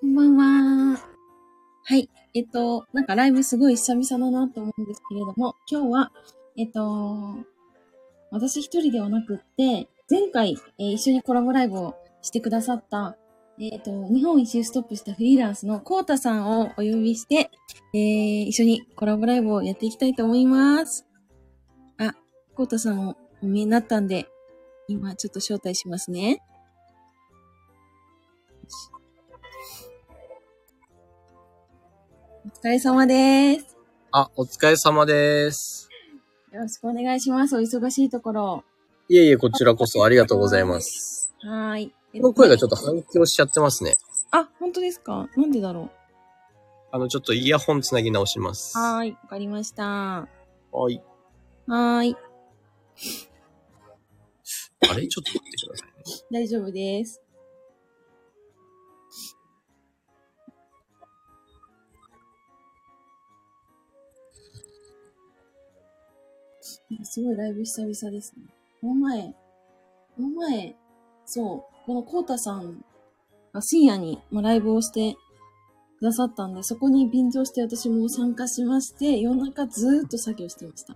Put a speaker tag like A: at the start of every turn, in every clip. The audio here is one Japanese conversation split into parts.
A: こんばんは。はい。えっと、なんかライブすごい久々だなと思うんですけれども、今日は、えっと、私一人ではなくって、前回、えー一緒にコラボライブをしてくださった、えっと、日本一周ストップしたフリーランスのコウタさんをお呼びして、えー一緒にコラボライブをやっていきたいと思います。あ、コウタさんもお見えになったんで、今ちょっと招待しますね。お疲れ様です。
B: あ、お疲れ様です。
A: よろしくお願いします。お忙しいところ。
B: いえいえ、こちらこそありがとうございます。
A: はーい。
B: この声がちょっ
A: と。
B: と反響しちゃってますね。
A: あ、本当ですかなんでだろ
B: あの、ちょっとイヤホンつなぎ直します。
A: う。は
B: は。
A: ーい。わかりました。はいーい。
B: あれちょっと待ってくださいね。
A: 大丈夫です。すごいライブ久々ですね。この前、この前、そう、このコウタさんが深夜に、まあ、ライブをしてくださったんで、そこに便乗して私も参加しまして、夜中ずーっと作業してました。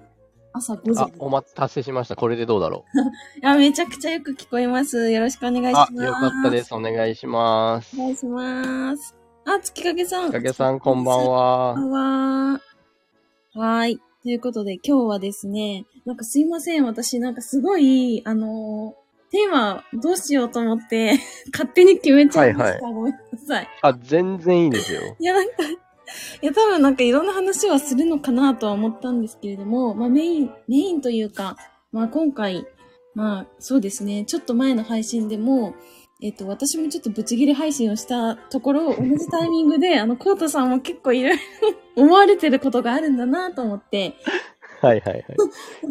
A: 朝5時
C: あ、お待たせしました。これでどうだろう。
A: いや、めちゃくちゃよく聞こえます。よろしくお願いしま
C: あ
A: す。、
C: よかったです。お願いします
A: お。願いします。あ、月影さん。
C: きかけさん、こんばん。は
A: こ。んばんは。はーい。ということで、今日はですね、なんかすいません。私、なんかすごい、あのーテーマどうしようと思って、 勝手に決めちゃいました。ごめんなさい。
C: あ、全然いいですよ。
A: いや、なんか、いや、多分なんかいろんな話はするのかなとは思ったんですけれども、まあメイン、メインというか、まあ今回、まあそうですね、ちょっと前の配信でも、えっと、私もちょっとぶち切れ配信をしたところ、同じタイミングで、あの、コウタさんも結構いろいろ思われてることがあるんだなと思って、
C: は いはいはい。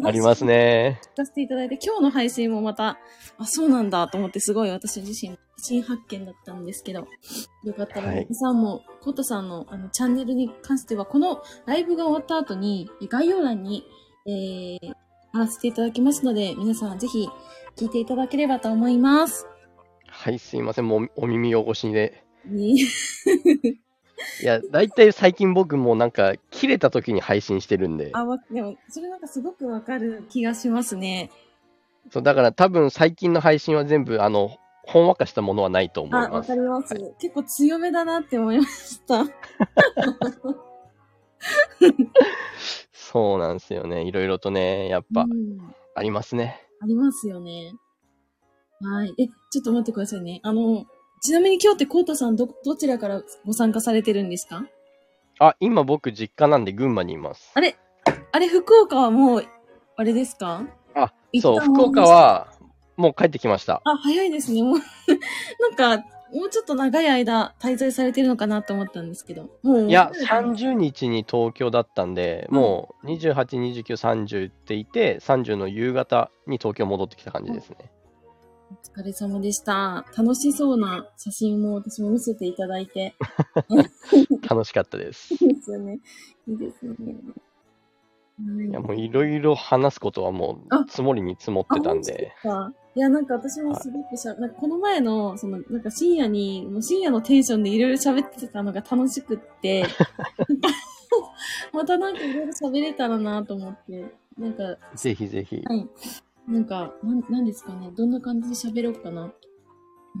C: ありますね。
A: 聞かせていただいて、今日の配信もまた、あ、そうなんだと思って、すごい私自身、新発見だったんですけど、よかったら、
C: はい
A: 皆さんも、コータさんのあのチャンネルに関しては、このライブが終わった後に、え概要欄に、えー、貼らせていただきますので、皆さんぜひ、聞いていただければと思います。
C: はい、すいません。もうお耳汚しで。
A: ね
C: いや、だいたい最近僕もなんか、切れた時に配信してるんで。
A: あ、わでも、それなんかすごくわかる気がしますね。
C: そう、だから多分最近の配信は全部、あの、ほんわかしたものはないと思い
A: あ、
C: ま
A: わ
C: す
A: か。ります、
C: は
A: 結構強めだなって思いました。
C: そうなんですよね。いろいろとね、やっぱ
A: う、ん
C: ありますね。
A: ありますよね。はい。え、ちょっと待ってくださいね。あの、ちなみに今日ってコウタさんど、どちらからご参加されてるんですか
C: あ、今僕実家なんで群馬にいます。
A: あれあれ、福岡はもう、あれですか
C: あ、
A: 一旦終わ
C: そう、
A: りまし
C: 福
A: た
C: 岡は、もう帰ってきました。
A: あ、早いですね。もう、 なんか、もうちょっと長い間滞在されてるのかなと思ったんですけど。もう、
C: いや、
A: 3
C: 30日に東京だったんで、
A: うん
C: もう28、29、30っていて、30の夕方に東京戻ってきた感じですね。
A: お疲れ様でした。楽しそうな写真も私も見せていただい て。
C: 楽しかったです。い
A: いいですよね。いいですよね。はい
C: や、もういろいろ話すことはもう
A: あ
C: 積もりに積もってたんで、
A: あ。本当ですかいや、なんか私もすごくしゃ、なんかこの前の、その、なんか深夜に、もう深夜のテンションでいろいろ喋ってたのが楽しく って、またなんかいろいろ喋れたらなと思って、なんか、は
C: ぜひぜひ。
A: い。なんか、なんなんですかね。どんな感じで喋ろうかな。うー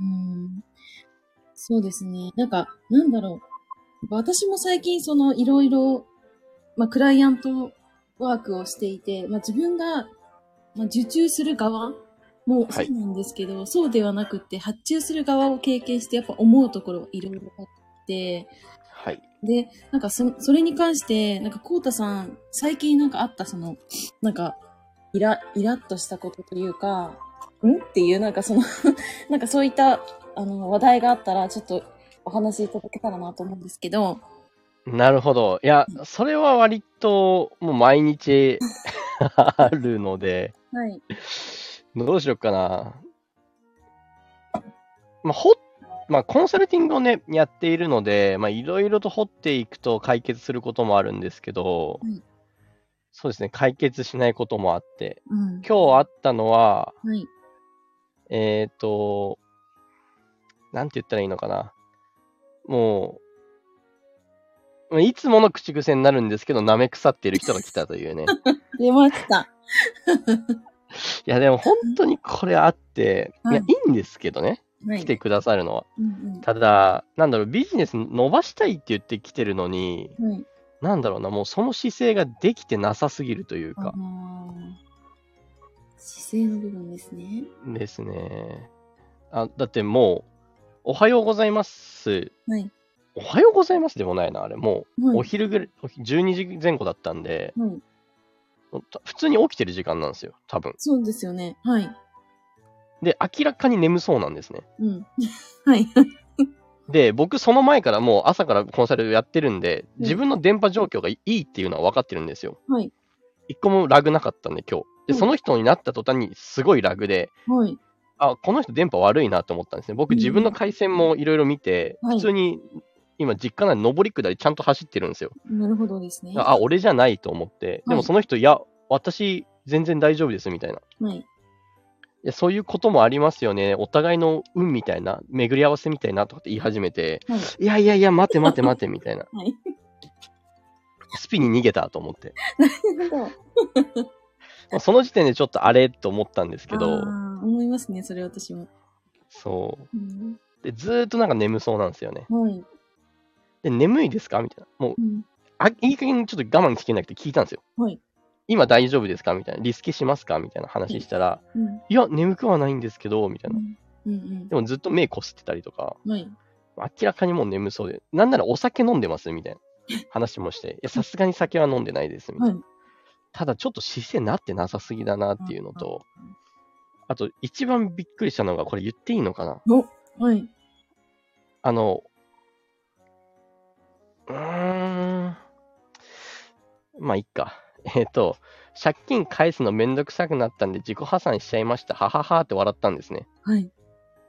A: ん。そうですね。なんか、なんだろう。私も最近、その、いろいろ、まあ、クライアントワークをしていて、まあ、自分が、まあ、受注する側もそ
C: はいう
A: なんですけど、そうではなくって、発注する側を経験して、やっぱ思うところいろいろあって、
C: はい。
A: で、なんかそ、それに関して、なんか、こうたさん、最近なんかあった、その、なんか、イラ、イラッとしたことというか、んっていう、なんかその、 なんかそういった、あの、話題があったら、ちょっとお話しいただけたらなと思うんですけど、
C: なるほど。いや、それは割ともう毎日あるので、
A: はい。
C: どうしようかな。まあ、ほっまあ、コンサルティングをね、やっているので、まあ、いろいろと掘っていくと解決することもあるんですけど、
A: はい
C: そうですね、解決しないこともあって、
A: うん。
C: 今日あったのは、
A: はい。
C: えっ、と、なんて言ったらいいのかな。もう、まあいつもの口癖になるんですけど、舐め腐っている人が来たとい うね。
A: 出ました。
C: いや、でも本当にこれあって、いや、
A: はい
C: いいんですけどね、
A: は
C: 来てくださるのは。
A: うん
C: ただ、なんだろう、ビジネス伸ばしたいって言って来てるのに、
A: うん。はい。
C: なんだろうな、もうその姿勢ができてなさすぎるという
A: あ
C: か、
A: ー姿勢の部分ですね。
C: ですね。あだってもう、おはようございます。
A: はい。
C: おはようございますでもないな、あれ。も
A: は
C: う、
A: い
C: お昼ぐらい、お昼12時前後だったんで、
A: はい。
C: 普通に起きてる時間なんですよ、多分。
A: そうですよね。はい。
C: で、明らかに眠そうなんですね。
A: うん。はい。
C: で、僕、その前からもう朝からコンサルやってるんで、
A: うん
C: 自分の電波状況がいいっていうのは分かってるんですよ。
A: はい。
C: 一個もラグなかったんで、今日。
A: う
C: で、
A: ん
C: その人になった途端にすごいラグで、
A: はい。
C: あ、この人電波悪いなと思ったんですね。僕、
A: うん
C: 自分の回線もいろいろ見て、
A: はい
C: 普通に今、実家内上り下りちゃんと走ってるんですよ。
A: なるほどですね。
C: あ、俺じゃないと思って。で
A: は
C: も、
A: い
C: その人、いや、私、全然大丈夫ですみたいな。い
A: はい。
C: や、そういうこともありますよね。お互いの運みたいな、巡り合わせみたいなとかって言い始めて、
A: はい。
C: いやいやいや、待て待て待てみたいな。
A: はい。
C: スピに逃げたと思って。
A: なるほど。
C: まあその時点でちょっとあれと思ったんですけど
A: あ、ー思いますね、それ私も。
C: そ
A: うん、
C: う。で、ずーっとなんか眠そうなんですよね。
A: はい、
C: で、眠いですかみたいな。もう、
A: うん。
C: あいい加減にちょっと我慢聞けなくて聞いたんですよ。
A: はい
C: 今大丈夫ですかみたいな。リスケしますかみたいな話したら、
A: うん。
C: いや、眠くはないんですけど、みたいな。
A: うん。
C: でもずっと目こすってたりとか、
A: うん。はい。
C: 明らかにもう眠そうで、なんならお酒飲んでますみたいな話もして、いや、さすがに酒は飲んでないです、みたいな。
A: はい
C: ただ、ちょっと姿勢なってなさすぎだなっていうのと、あと、一番びっくりしたのが、これ言っていいのかな
A: はい。
C: あの、うーん、まあ、いっか。えっ、と、借金返すのめんどくさくなったんで自己破産しちゃいました。はははって笑ったんですね。
A: はい。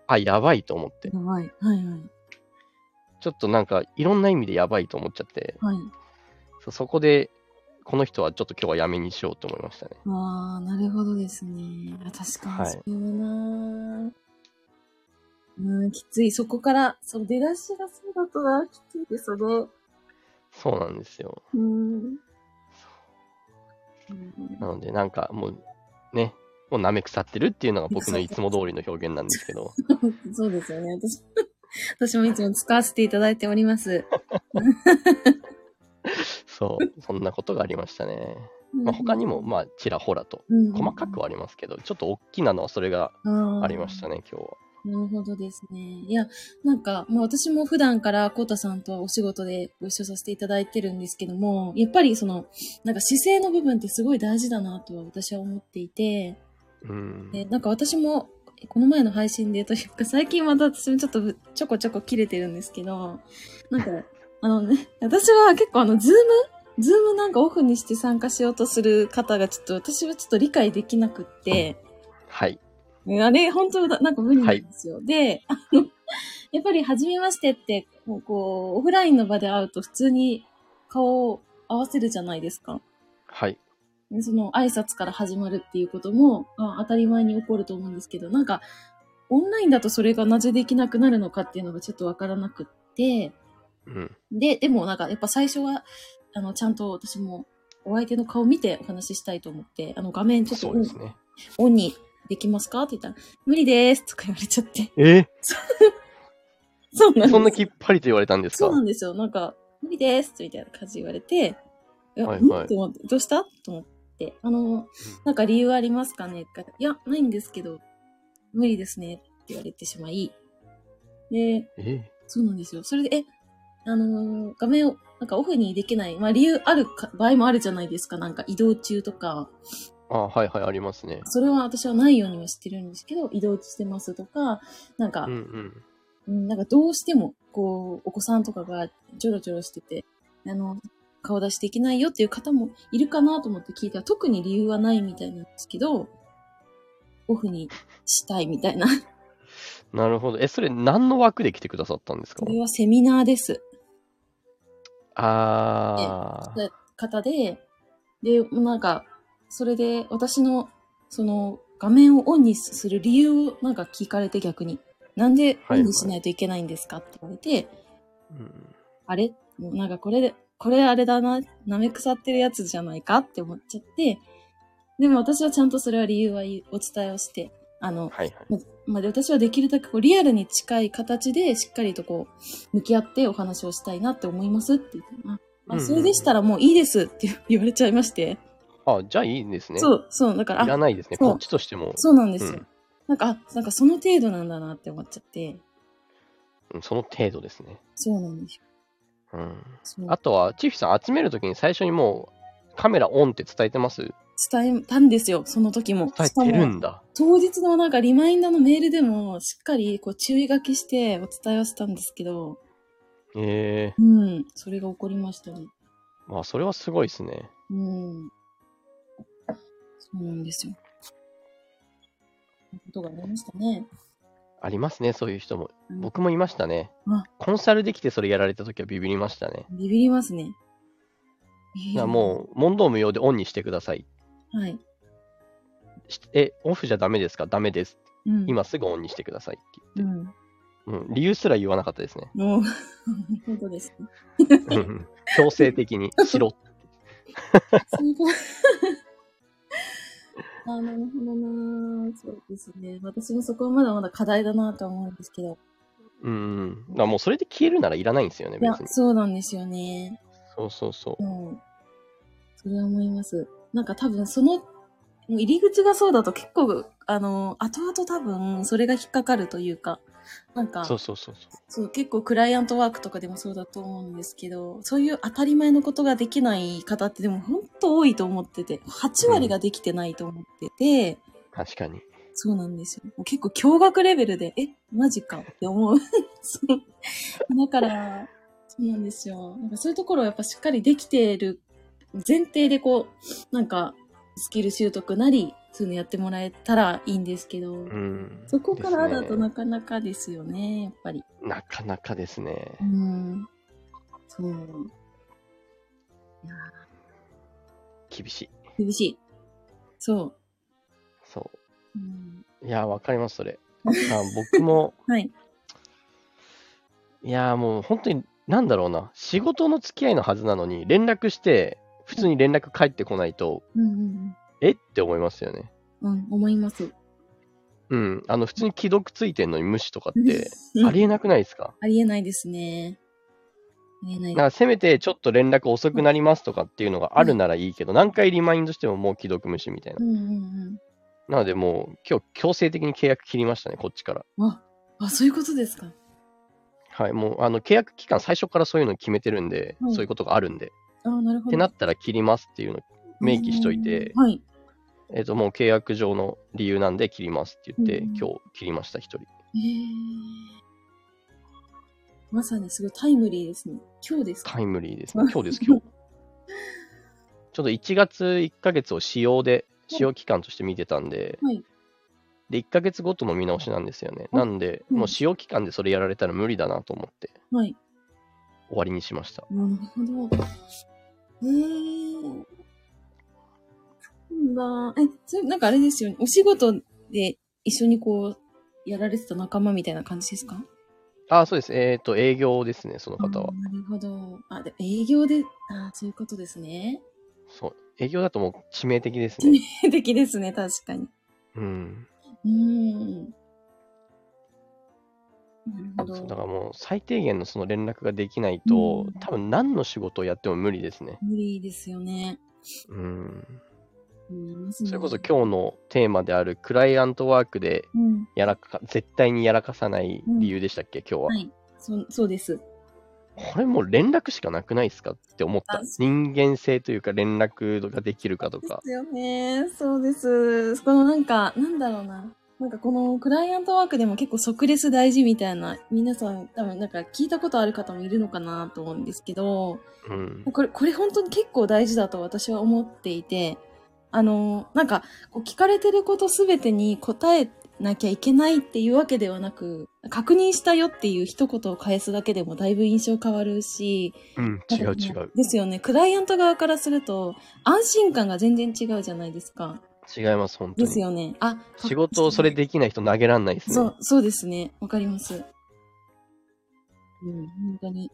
C: あ、やばいと思って。
A: やばい。はい。はい。
C: ちょっとなんか、いろんな意味でやばいと思っちゃって、
A: はい。
C: そそこで、この人はちょっと今日はやめにしようと思いましたね。
A: ああ、なるほどですね。あ確か
C: は
A: に
C: い
A: そうだな、うん、きつい。そこから、その出だしがそうだとな、きついですよね。
C: そうなんですよ。
A: うん。うん
C: なので、なんかもう、ね、もう舐め腐ってるっていうのが僕のいつも通りの表現なんです けど、
A: そうですよね。私も 私もいつも使わせていただいております。
C: そう、そんなことがありましたね。 まあ、他にも、まあ、ちらほらと、
A: うん、
C: 細かくはありますけど、ちょっと大きなのはそれがありましたね、今日は。
A: なるほどですね。いや、なんか、まあ私も普段からコウタさんとはお仕事でご一緒させていただいてるんですけども、やっぱりその、なんか姿勢の部分ってすごい大事だなとは私は思っていて、
C: うん。
A: でなんか私も、この前の配信でというか、最近また私もちょっとぶちょこちょこ切れてるんですけど、なん か、あのね、私は結構あの、ズームズームなんかオフにして参加しようとする方がちょっと私はちょっと理解できなくって、
C: はい。
A: ねあれ、本当だ、なんか無理なんですよ。で、あの、 やっぱり、初めましてって、こうこう、オフラインの場で会うと普通に顔を合わせるじゃないですか。
C: はい。
A: でその挨拶から始まるっていうことも、まあ、当たり前に起こると思うんですけど、なんか、オンラインだとそれがなぜできなくなるのかっていうのがちょっとわからなくって、
C: うん。
A: で、でもなんか、やっぱ最初は、あの、ちゃんと私も、お相手の顔見てお話ししたいと思って、あの、画面ちょっと
C: そ
A: オ
C: うで
A: ン
C: すね。
A: オンにできますかって言ったら、無理ですとか言われちゃって。
C: え
A: そうなんです。
C: そんなきっぱりと言われたんです
A: そ
C: か
A: うなんですよ。なんか、無理ですみたいな感じで言われて、いや、
C: はい
A: うん
C: はい
A: と思ってどうしたと思って、あの、なんか理由ありますかねって言ったらいや、ないんですけど、無理ですねって言われてしまい、で、
C: え
A: そうなんですよ。それで、え、あのー画面を、なんかオフにできない、まあ理由あるか場合もあるじゃないですか。なんか移動中とか、
C: あ、はいはい、ありますね。
A: それは私はないようにはしてるんですけど、移動してますとか、なんか、
C: うんうん。
A: うん、なんかどうしても、こう、お子さんとかがちょろちょろしてて、あの、顔出しできないよっていう方もいるかなと思って聞いたら、特に理由はないみたいなんですけど、オフにしたいみたいな。
C: なるほど。え、それ何の枠で来てくださったんですか
A: これはセミナーです。
C: あー。
A: で方で、で、もうなんか、それで私の、その、画面をオンにする理由をなんか聞かれて逆に。なんでオンにしないといけないんですかって言われて、
C: うん
A: あれもうなんかこれで、これあれだな、舐め腐ってるやつじゃないかって思っちゃって、でも私はちゃんとそれは理由は言いお伝えをして、あの、
C: はいはい。
A: まあ、で私はできるだけこうリアルに近い形でしっかりとこう向き合ってお話をしたいなって思いますって言って、あまあ、それでしたらもういいですって言われちゃいまして、
C: あ、じゃあいいですね。。
A: そうう、そう、だか
C: い
A: ら、
C: ら
A: あ、
C: ないですね。
A: そう
C: こっちとしても。
A: そうなんですよ。
C: うん
A: なんか、あなんかその程度なんだなって思っちゃって、
C: うんその程度ですね。
A: そうなんですよ。
C: うん。
A: そう
C: あとは、チーフさん集めるときに最初にもうカメラオンって伝えてます
A: 伝えたんですよ、その時も。
C: 伝
A: しか
C: えてる
A: も、
C: んだ。
A: 当日のなんかリマインダーのメールでも、しっかりこう注意書きしてお伝えはしたんですけど、
C: ええ
A: うん、それが起こりましたね。
C: まあ、それはすごいですね。
A: うん。そうなんですよ。そういうことがありましたね。
C: ありますね、そういう人も。
A: うん
C: 僕もいましたね
A: あ。
C: コンサルできてそれやられたときはビビりましたね。
A: ビビりますね。
C: だからもう、問答無用でオンにしてください。
A: う。はい。
C: しえ、オフじゃダメですかダメです。
A: うん。。
C: 今すぐオンにしてくださいって
A: う
C: 言って。
A: ん。
C: うん、理由すら言わなかったですね。
A: もう、 本当ですね。
C: うんうん 強制的にしろ。
A: そういうこと あ、なるほどなぁそうですね。私もそこはまだまだ課題だなぁとは思うんですけど。
C: うんうん。だからもうそれで消えるならいらないんですよね、
A: いや
C: 別、に。
A: そうなんですよね。
C: そうそうそう。
A: うん。それは思います。なんか多分その、もう入り口がそうだと結構、あの、後々多分それが引っかかるというか、なんか、
C: そうそうそうそう。
A: そう、結構クライアントワークとかでもそうだと思うんですけど、そういう当たり前のことができない方ってでも本当多いと思ってて、8割ができてないと思ってて、
C: 確かに。
A: そうなんですよ。もう結構驚愕レベルで、え、マジかって思う。 そうだから、そうなんですよ。なんかそういうところをやっぱしっかりできている前提でこう、なんかスキル習得なり、そういうのやってもらえたらいいんですけど、
C: うん。
A: そこからだと
C: ですね
A: なかなかですよね、やっぱり。
C: なかなかですね。
A: うん。そう。いや
C: 厳しい。
A: ー厳しい。そ。
C: そう
A: うん、
C: う。いやー、わかります、それ。あ僕も、
A: はい。
C: いやー、もう本当に、なんだろうな。仕事の付き合いのはずなのに、連絡して、普通に連絡返ってこないと、
A: うんうん
C: えって思いますよね。
A: うん。うん、思います。
C: うん。あの、普通に既読ついてんのに無視とかって、
A: うん
C: ありえなくないですか
A: ありえないですね。ありえない
C: な
A: で
C: んかせめてちょっと連絡遅くなりますとかっていうのがあるならいいけど、何回リマインドしてももう既読無視みたいな
A: す。う。んうん
C: なのでもう今日強制的に契約切りましたね、こっちから。
A: うん。あ、あ、そういうことですか。
C: はい、もうあの契約期間最初からそういうの決めてるんで、
A: うん
C: そういうことがあるんで、
A: あ、なるほど。
C: ってなったら切りますっていうの、明記しといて
A: うんはい。
C: えっ、ともう契約上の理由なんで切りますって言って、
A: うん
C: 今日切りました、一人。
A: えー。まさにすごいタイムリーですね。今日ですか
C: タイムリーですね、今日です、 今日。ちょっと1月1ヶ月を使用で、使用期間として見てたんで、
A: はい
C: で、1ヶ月ごとの見直しなんですよね。
A: うん
C: なんで、
A: うん
C: もう使用期間でそれやられたら無理だなと思って、
A: はい。
C: 終わりにしました。
A: あなるほど。えー。なんだ。え、それなんかあれですよね。お仕事で一緒にこう、やられてた仲間みたいな感じですか
C: あ、そうです。えっ、と、営業ですね、その方は
A: あ。なるほど。あ、で営業で、あそういうことですね。
C: そう。営業だともう致命的です
A: 致
C: ね。
A: 命的ですね、確かに。
C: うん。
A: うーん。なるほ
C: そう
A: ど。
C: だからもう最低限のその連絡ができないと、
A: うん
C: 多分何の仕事をやっても無理ですね。
A: 無理ですよね。
C: うん。
A: 思いますね
C: それこそ今日のテーマであるクライアントワークで
A: うん。
C: やらか、絶対にやらかさない理由でしたっけ、今日は。
A: はい。そそうです。
C: これもう連絡しかなくないですかって思った
A: あ。
C: 人間性というか連絡ができるかと
A: で
C: か。
A: すよね。そうです。このなんか、なんだろうな。なんかこのクライアントワークでも結構即レス大事みたいな、皆さん多分なんか聞いたことある方もいるのかなと思うんですけど、
C: うん。
A: これ、これ本当に結構大事だと私は思っていて、あの、なんか、こう聞かれてることすべてに答えなきゃいけないっていうわけではなく、確認したよっていう一言を返すだけでもだいぶ印象変わるし、
C: うん、違う違う。
A: ですよね。クライアント側からすると、安心感が全然違うじゃないですか。
C: 違います、本当
A: です
C: に。
A: よね。あ、
C: 仕事をそれできない人投げらんないです
A: そ
C: ね
A: う。、そうですね。わかります。うん、本当に。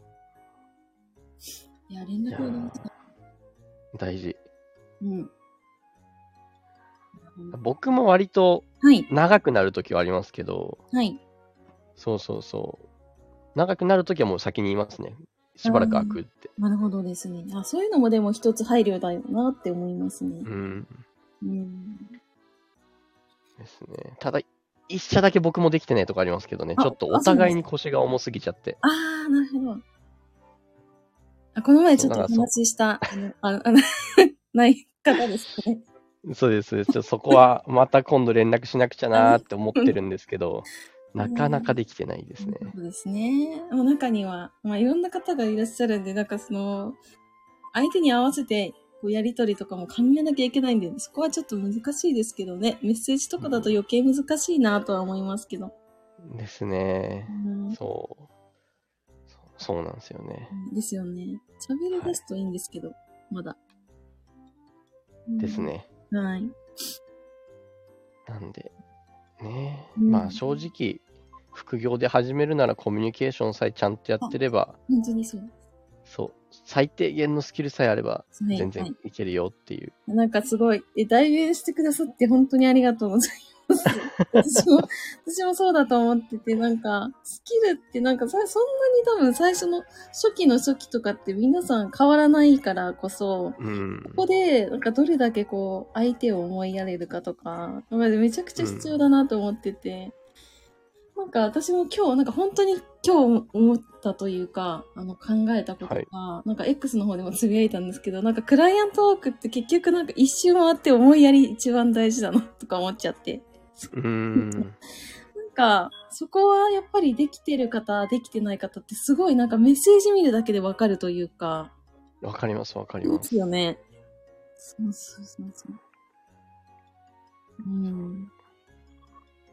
A: いや、連絡を入れました。
C: 大事。
A: うん。
C: 僕も割と
A: はい、
C: 長くなるときはありますけど、
A: はい。
C: そうそうそう。長くなるときはもう先に言いますね。しばらく開くって。
A: なるほどですね。あ、そういうのもでも一つ配慮だよなって思いますね
C: う。ん。
A: うん。
C: ですね。ただ、一社だけ僕もできてないとかありますけどね。
A: あ
C: ちょっとお互いに腰が重すぎちゃって。
A: あー、なるほど。あ、この前ちょっとお話しした、あの、あの、あの ない方ですかね。
C: そうです、そうです。ちょっとそこはまた今度連絡しなくちゃなーって思ってるんですけど、なかなかできてないですね。
A: そうですね。もう中には、まあ、いろんな方がいらっしゃるんで、なんかその、相手に合わせて、こう、やりとりとかも考えなきゃいけないんで、そこはちょっと難しいですけどね。メッセージとかだと余計難しいなとは思いますけど。
C: ですね
A: う。ん、
C: そう。そうそうなんですよね。
A: ですよね。喋り出すといいんですけど、まだ。うん
C: です。ね。
A: はい。
C: なんで、ね、
A: うん
C: まあ正直、副業で始めるならコミュニケーションさえちゃんとやってれば、
A: 本当にそう
C: そう、最低限のスキルさえあれば、
A: ですね。
C: 全
A: はい
C: 然いけるよっていう。
A: なんかすごい、え、代弁してくださって本当にありがとうござい ます。私も、私もそうだと思ってて、なんか、スキルってなんかさ、そんなに多分最初の初期の初期とかって皆さん変わらないからこそ、
C: うん。
A: ここで、なんかどれだけこう、相手を思いやれるかとか、まあめちゃくちゃ必要だなと思ってて、なんか私も今日、なんか本当に今日思ったというか、あの考えたことが、なんか X の方でもつぶやいたんですけど、なんかクライアントワークって結局なんか一周回って思いやり一番大事だなとか思っちゃって。
C: うん。
A: なんか、そこはやっぱりできてる方、できてない方ってすごいなんかメッセージ見るだけでわかるというか、
C: わかります、わかり
A: そう
C: ま。
A: ですすよね。そうそうそうそう。うん。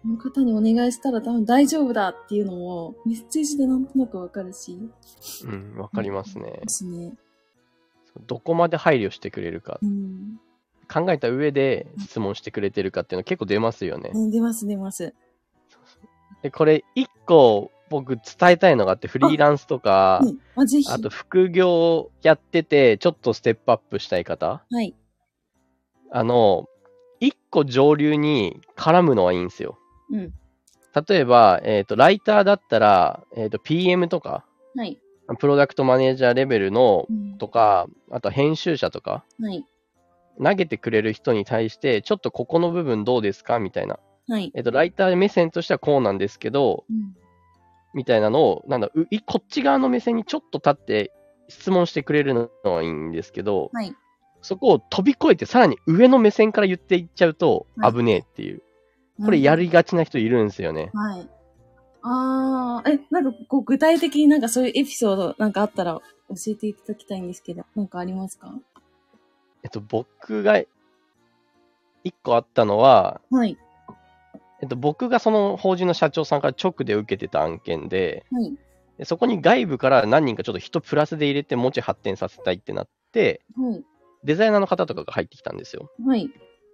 A: この方にお願いしたら多分大丈夫だっていうのもメッセージでなんとなくわかるし。
C: うん、わかりますね
A: で。すね。
C: どこまで配慮してくれるか
A: う、ん。
C: 考えた上で質問してくれてるかっていうの結構出ますよね。
A: ね出ます出ます。
C: で、これ一個僕伝えたいのがあって、フリーランスとか、
A: ね、あ、ぜひ。
C: あと副業やってて、ちょっとステップアップしたい方、
A: はい。
C: あの、一個上流に絡むのはいいんですよ。
A: うん。
C: 例えば、えっ、と、ライターだったら、えっ、と、PM とか、
A: はい。
C: プロダクトマネージャーレベルの
A: うん
C: とか、あと編集者とか、
A: はい。
C: 投げてくれる人に対して、ちょっとここの部分どうですかみたいな。
A: はい。
C: えっ、と、ライター目線としてはこうなんですけど、
A: うん。
C: みたいなのを、なんだ、ういこっち側の目線にちょっと立って質問してくれるのはいいんですけど、
A: はい。
C: そこを飛び越えてさらに上の目線から言っていっちゃうと
A: はい
C: 危ねえっていう。これやりがちな人いるんですよね。
A: はい。ああ、え、なんかこう具体的になんかそういうエピソードなんかあったら教えていただきたいんですけど、なんかありますか
C: えっと、僕が、一個あったのは、
A: はい。
C: えっと、僕がその法人の社長さんから直で受けてた案件で、
A: はい。
C: でそこに外部から何人かちょっと人プラスで入れて持ち発展させたいってなって、
A: はい。
C: デザイナーの方とかが入ってきたんですよ。
A: はい。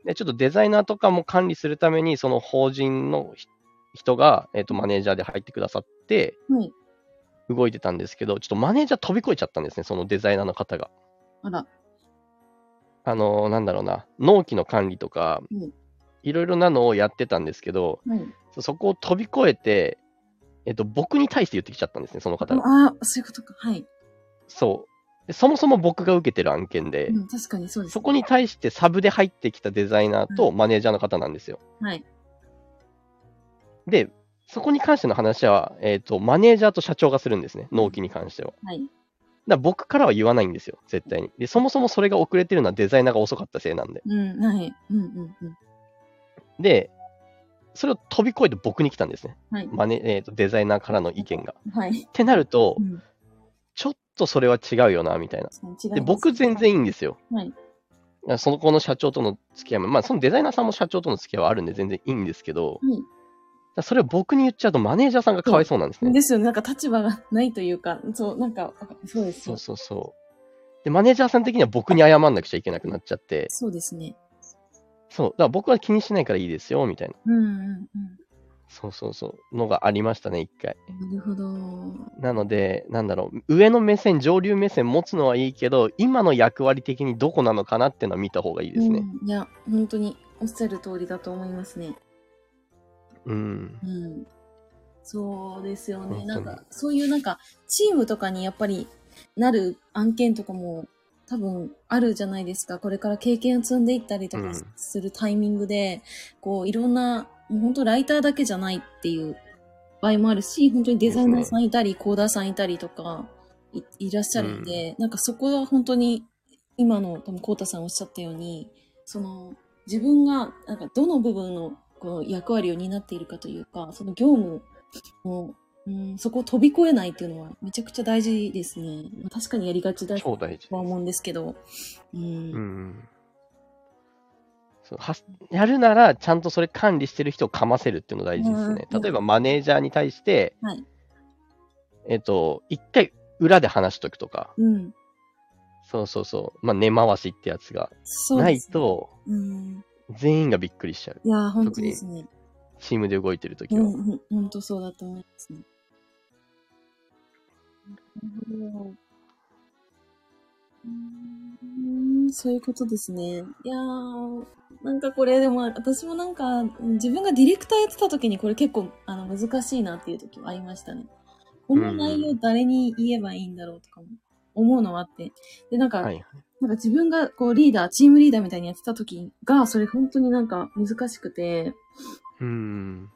C: で、ちょっとデザイナーとかも管理するために、その法人のひ人が、えっと、マネージャーで入ってくださって、
A: はい。
C: 動いてたんですけど、ちょっとマネージャー飛び越えちゃったんですね、そのデザイナーの方が。
A: あら。
C: あのーなんだろうな、納期の管理とか
A: うん、
C: いろいろなのをやってたんですけど、
A: はい。
C: そそこを飛び越えて、えっと、僕に対して言ってきちゃったんですね、その方が。
A: ああ、そういうことか。はい。
C: そう。でそもそも僕が受けてる案件で、
A: うん、確かにそうです。
C: そこに対してサブで入ってきたデザイナーとマネージャーの方なんですよ。
A: はい。
C: で、そこに関しての話は、えっ、と、マネージャーと社長がするんですね、納期に関しては。だか
A: はい。
C: ら僕からは言わないんですよ、絶対に。で、そもそもそれが遅れてるのはデザイナーが遅かったせいなんで。
A: うん、はい。うん、うん、うん。
C: で、それを飛び越えて僕に来たんですね。
A: はい。
C: マネ、えっ、と、デザイナーからの意見が。
A: はい
C: っ。てなると
A: う、ん。
C: ちょっとそれは違うよな、みたいな。
A: 確かに違います
C: で、僕全然いいんですよ。
A: はい。
C: その子の社長との付き合いも、まあ、そのデザイナーさんも社長との付き合いはあるんで全然いいんですけど、それを僕に言っちゃうとマネージャーさんがかわいそうなんです
A: はい。
C: ね。
A: ですよね。なんか立場がないというか、そう、なんか、そうです。
C: そうそうそう。で、マネージャーさん的には僕に謝んなくちゃいけなくなっちゃって、
A: そうですね。
C: そう、だから僕は気にしないからいいですよ、みたいな。
A: うん、うん、うん。
C: そうそうそう、のがありましたね、一回。
A: なるほど。うん
C: なので、なんだろう、上の目線、上流目線持つのはいいけど、今の役割的にどこなのかなってのは見た方がいいですね。
A: いや、本当におっしゃる通りだと思いますね。
C: うん。
A: うん。そうですよ
C: 本当
A: ね。
C: に
A: なんか、そういうなんか、チームとかにやっぱりなる案件とかも多分あるじゃないですか。これから経験を積んでいったりと
C: う
A: か
C: ん
A: するタイミングで、こう、いろんな、もう本当ライターだけじゃないっていう場合もあるし、本当にデザイナーさんいたり、コーダーさんいたりとかい、いらっしゃるんで、なんかそこは本当に、今の多分コータさんおっしゃったように、その、自分がなんかどの部分のこう役割を担っているかというかその業務を、うん、そこを飛び越えないっていうのはめちゃくちゃ大事ですねまあ確かにやりがちだと
C: 超大事。
A: は思うんですけど、うん
C: うん。そうはやるなら、ちゃんとそれ管理してる人をかませるっていうの大事ですね。
A: うん
C: 例えば、マネージャーに対して、
A: はい
C: えっと、一回裏で話しとくとか、
A: うん、
C: そうそうそう、まあ、根回しってやつが
A: そう
C: な
A: で
C: い
A: すね、
C: と、
A: うん、
C: 全員がびっくりしちゃう。
A: いやー本当ですね
C: チームで動いてるとき
A: う
C: は。
A: んうん本当そうだと思いますねなるほどうんそういうことですね。いやー、なんかこれでも私もなんか自分がディレクターやってた時にこれ結構あの難しいなっていう時もありましたね。この内容誰に言えばいいんだろうとかも思うのはあって。で、なんか、
C: はい
A: なんか自分がこうリーダー、チームリーダーみたいにやってた時がそれ本当になんか難しくて、
C: うん。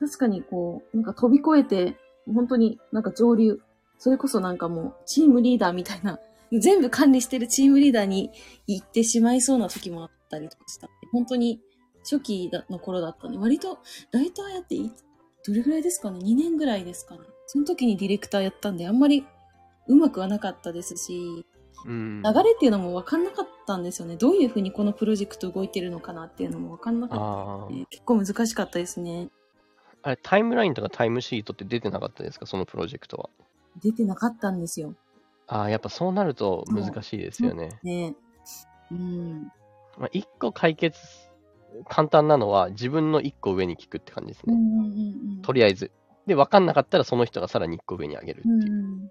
A: 確かにこう、なんか飛び越えて、本当になんか上流、それこそなんかもうチームリーダーみたいな、 全部管理してるチームリーダーに行ってしまいそうな時もあったりとかした。本当に初期だの頃だったね。割とライターやってい、どれぐらいですかね ?2 年ぐらいですかね。その時にディレクターやったんで、あんまりうまくはなかったですし、
C: うん、
A: 流れっていうのも分かんなかったんですよね。どういうふうにこのプロジェクト動いてるのかなっていうのも分かんなかっ
C: あ
A: たん
C: ー
A: で。結構難しかったですね。
C: あれ、タイムラインとかタイムシートって出てなかったですか、そのプロジェクトは。
A: 出てなかったんですよ。
C: ああ、やっぱそうなると難しいですよね。
A: ね。うん。
C: まあ、一個解決、簡単なのは自分の一個上に聞くって感じです
A: うんう
C: ね。
A: んうん
C: とりあえず。で、分かんなかったらその人がさらに一個上に上げるって
A: う
C: い
A: ん。
C: う。
A: うん。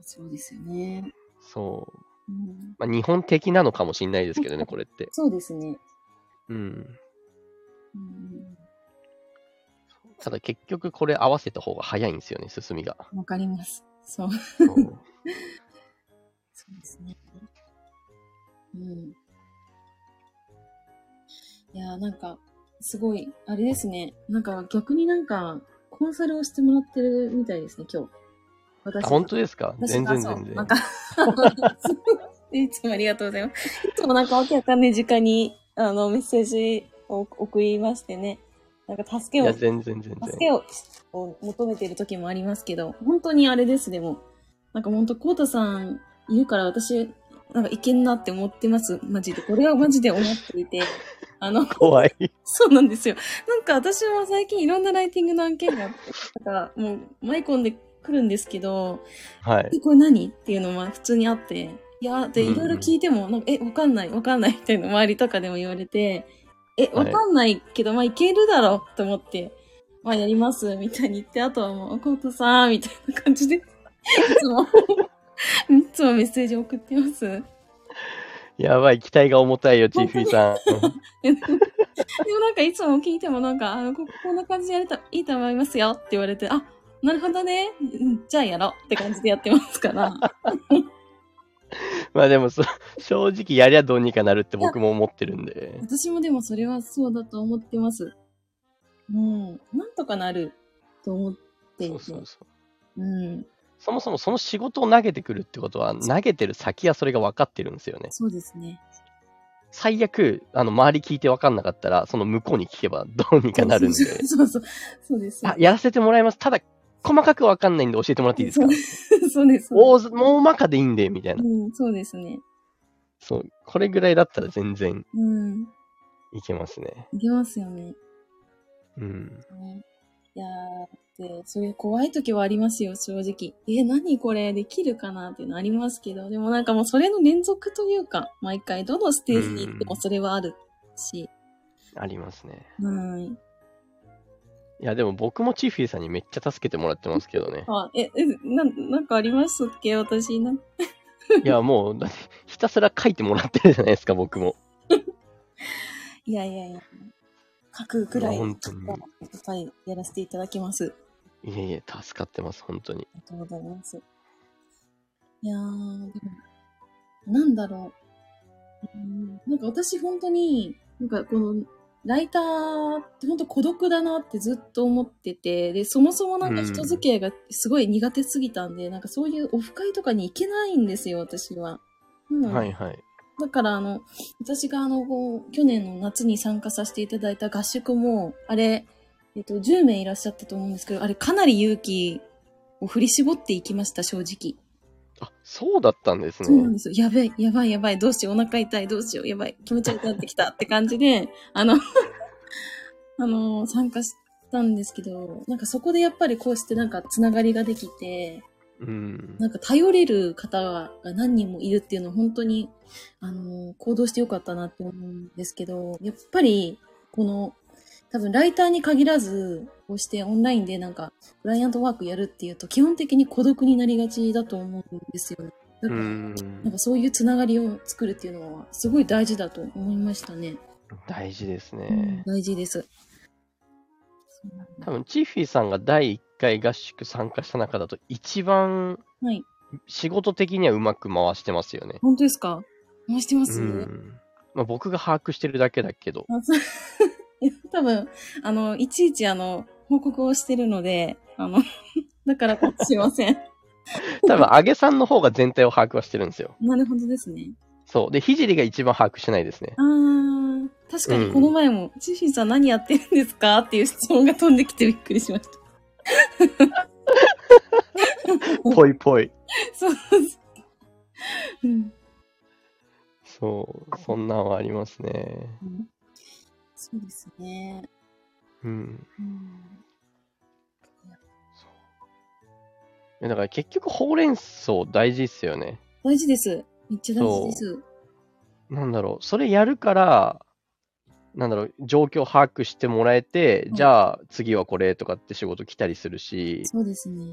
A: そうですよね。
C: そう。
A: うん、
C: まあ、日本的なのかもしれないですけど ね、これって。
A: そうですね。
C: うん。
A: うん
C: ただ結局これ合わせた方が早いんですよね、進 みが。
A: わかります。そう。
C: そう
A: そうですね。うん。いやーなんか、すごい、あれですね。なんか逆になんか、コンサルをしてもらってるみたいですね、今日。私
C: あ
A: が
C: 本当ですか
A: 私
C: 全
A: が
C: 然
A: そう
C: 全然
A: なん。かいつもありがとうございます。いつもなんかわけわかんない時間に、あの、メッセージを送りましてね。なんか助け
C: い
A: を、
C: や、
A: 助
C: 全然全然。
A: けをを求めてる時もありますけど、本当にあれです、でも。なんか本当、コウタさんいるから私、なんかいけんなって思ってます、マジで。これはマジで思ってい て。あの、
C: 怖い。
A: そうなんですよ。なんか私も最近いろんなライティングの案件があって、なんかもう舞い込んでくるんですけど、
C: はい。
A: え、これ何っていうのは普通にあって、いや、で、
C: うんうん
A: いろいろ聞いても、なんか、え、わかんない、わかんないみ たいな周りとかでも言われて、え、
C: は
A: わ
C: い
A: かんないけど、まあ、いけるだろうと思って、まあ、やります、みたいに言って、あとはもう、コートさん、みたいな感じで、いつも、 いつもメッセージ送ってます。
C: やばい、期待が重たいよ、チーフィーさん。
A: でもなんかいつも聞いてもなんか、あのここんな感じでやれたいいと思いますよって言われて、あ、なるほどね。うんじゃあやろうって感じでやってますから。
C: まあでもそ、正直やりゃどうにかなるって僕も思ってるんで。
A: 私もでもそれはそうだと思ってます。うん。なんとかなると思っていて。
C: そうそうそう。
A: うん。
C: そもそもその仕事を投げてくるってことは、投げてる先はそれが分かってるんですよね。
A: そうですね。
C: 最悪、あの、周り聞いて分かんなかったら、その向こうに聞けばどうにかな るんで。
A: そうそう。そうです。
C: あ、やらせてもらいます。ただ、細かく分かんないんで教えてもらっていいですか
A: そうです。そう
C: 大ず大まかでいいんで、みたいな
A: で。すうん、そうですね。
C: そう。これぐらいだったら全然
A: うん。
C: いけますね。
A: いけますよね。
C: うん。
A: ねいやーって、そういう怖い時はありますよ、正直。え、何これできるかなっていうのありますけど、でもなんかもうそれの連続というか、毎回どのステージに行ってもそれはあるし、
C: ありますね。
A: はい。。
C: いや、でも僕もチーフィーさんにめっちゃ助けてもらってますけどね
A: あ、え、え、なん、なんかありますっけ私な。
C: いや、もう、だってひたすら書いてもらってるじゃないですか、僕も。
A: いやいやいや。書くくらい、
C: いや本当に
A: やっぱりやらせていただきます。
C: いえいえ、助かってます、本当に。
A: ありがとうございます。いやー、でも、なんだろう。うんなんか私本当に、なんかこの、ライターって本当孤独だなってずっと思ってて、で、そもそもなんか人付き合いがすごい苦手すぎたんで、なんかそういうオフ会とかに行けないんですよ、私は。うん、
C: はいはい。
A: だから、あの、私があの、こう去年の夏に参加させていただいた合宿も、あれ、えっと、10名いらっしゃったと思うんですけど、あれ、かなり勇気を振り絞っていきました、正直。
C: あ、そうだったんです
A: そうなん
C: ね。
A: ですよ。やべえ、やばい、やばい、どうしよう、お腹痛い、どうしよう、やばい、気持ち悪くなってきたって感じで、 あの、あの、参加したんですけど、なんかそこでやっぱりこうしてなんかつながりができて、
C: うん。
A: なんか頼れる方が何人もいるっていうのは本当に、あの、行動してよかったなって思うんですけど、やっぱり、この、多分ライターに限らず、こうしてオンラインでなんか、クライアントワークやるっていうと、基本的に孤独になりがちだと思うんですよね。だ
C: う
A: から、
C: ん。
A: なんかそういうつながりを作るっていうのは、すごい大事だと思いましたね。
C: 大事です
A: うん
C: ね。
A: 大事です。
C: 多分、チーフィーさんが第1回合宿参加した中だと、一番
A: はい。
C: 仕事的にはうまく回してますよね。
A: 本当ですか回してます、
C: うん。まあ、僕が把握してるだけだけど。
A: あそう 多分、あの、いちいち、あの、報告をしてるので、あの、 だからかもしれません。
C: 多分、あげさんの方が全体を把握はしてるんですよ。
A: なるほどですね。
C: そう。で、ひじりが一番把握してないです ね
A: あ。ー、確かにこの前も、チーフィーさん何やってるんですかっていう質問が飛んできてびっくりしました。
C: ぽいぽい。
A: そうそう。うん。
C: そう。そんなんはありますね。
A: うんそうですね。
C: うん。
A: うん。
C: そういやだから結局、ほうれん草大事っすよね。
A: 大事です。めっちゃ大事です。
C: なんだろう。それやるから、なんだろう、状況把握してもらえて、
A: うん
C: じゃあ次はこれとかって仕事来たりするし、
A: そうですね。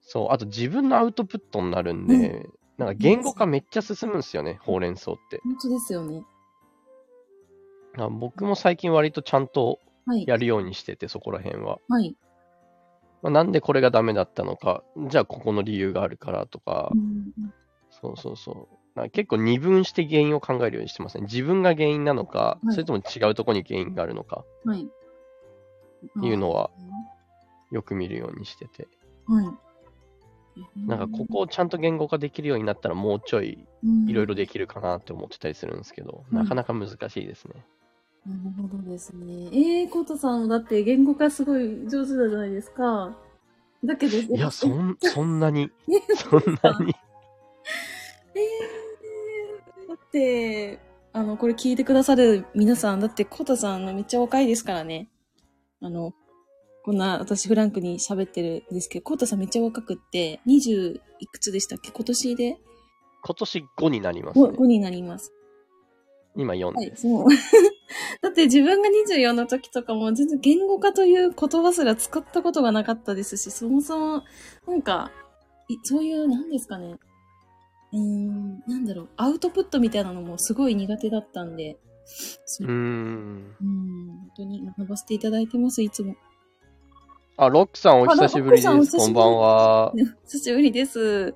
C: そう、あと自分のアウトプットになるんで、なんか言語化めっちゃ進むんですよね、ほうれん草って。
A: 本当ですよね。
C: あ僕も最近割とちゃんと
A: はい。
C: やるようにしてて、そこら辺は。
A: はい。
C: まあ、なんでこれがダメだったのか、じゃあここの理由があるからとか、
A: うん
C: そうそうそう。なんか結構二分して原因を考えるようにしてますね。自分が原因なのか、
A: はい
C: それとも違うとこに原因があるのか
A: はい。
C: っていうのは
A: あー
C: よく見るようにしてて。
A: はい。
C: なんかここをちゃんと言語化できるようになったらもうちょいいろいろで
A: き
C: きるかなって思ってたりするんですけど、
A: うん
C: なかなか難しいですね。
A: なるほどですね。えー、コートさんもだって言語化すごい上手だじゃないですか。だけど、
C: いや、そ
A: え
C: ん、そんな に、
A: ー
C: そんなに。
A: えーだって、あの、これ聞いてくださる皆さん、だってコートさんめっちゃ若いですからね。あの、こんな私フランクに喋ってるんですけど、コートさんめっちゃ若くって、20いくつでしたっけ今年で
C: 今年5になります
A: 5,
C: ね。
A: 5になります。
C: 今4
A: はい
C: で、す。
A: そう。 だって自分が24の時とかも全然言語化という言葉すら使ったことがなかったですし、そもそも、なんか、いそういう、なんですかね。うーん、なんだろう、アウトプットみたいなのもすごい苦手だったんで、そう
C: うーん。
A: うん、本当に学ばせていただいてます、いつも。
C: あ、ロックさんお久しぶり
A: あロッ
C: で
A: ク
C: す。
A: さんお久
C: こ
A: しぶりです
C: んばんは。
A: 久しぶりです。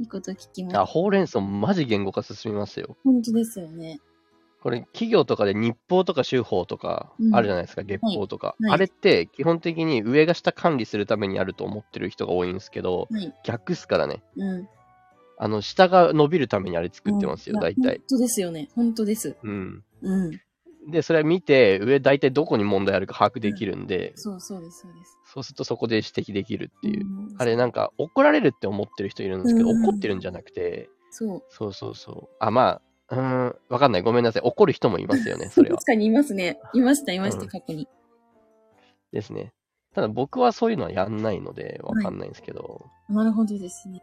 A: いいこと聞きま
C: あ、
A: す。
C: ほうれん草マジ言語化進みますよ。
A: 本当ですよね。
C: これ企業とかで日報とか週報とか
A: うん
C: あるじゃないですか、月報とか、
A: はい
C: あれって基本的に上が下管理するためにあると思ってる人が多いんですけど、
A: はい。
C: 逆っすからね。
A: うん。
C: あの、下が伸びるためにあれ作ってます
A: う
C: よ、
A: ん
C: 大
A: いや本
C: 体。
A: 当ですよね。本当です。
C: うん。
A: うん。
C: で、それ見て、上大体どこに問題あるか把握できるんで、
A: そうそうです、そうです。
C: そうするとそこで指摘できるっていう。
A: ん
C: あれなんか怒られるって思ってる人いるんですけど、
A: うん
C: 怒ってるんじゃなくて、
A: そう。
C: そうそうそう。あ、まあ、うーん、わかんない。ごめんなさい。怒る人もいますよね、それ は
A: 確。かにいますね。いました、いました、
C: うん
A: 過去に。
C: ですね。ただ僕はそういうのはやんないので、わかんないんですけど、
A: なるほどですね。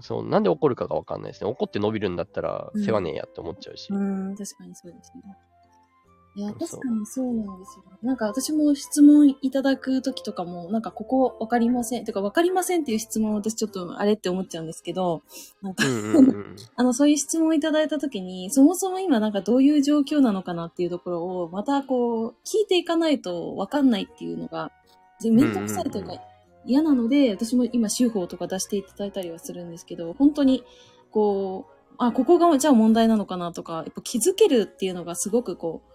C: そう、なんで怒るかがわかんないですね。怒って伸びるんだったら
A: う、ん
C: 世話ねえやって思っちゃうし。
A: うーん、確かにそうですね。いや、
C: そう
A: 確かにそうなんですよね。なんか私も質問いただくときとかも、なんかここわかりません。てかわかりませんっていう質問私ちょっとあれって思っちゃうんですけど、 なんか、
C: うんうんうん。
A: あの、そういう質問をいただいたときに、そもそも今なんかどういう状況なのかなっていうところを、またこう、聞いていかないとわかんないっていうのが、で面倒くさいという
C: うんうんう
A: か嫌なので、私も今、修法とか出していただいたりはするんですけど、本当に、こう、あ、ここがじゃあ問題なのかなとか、やっぱ気づけるっていうのがすごくこう、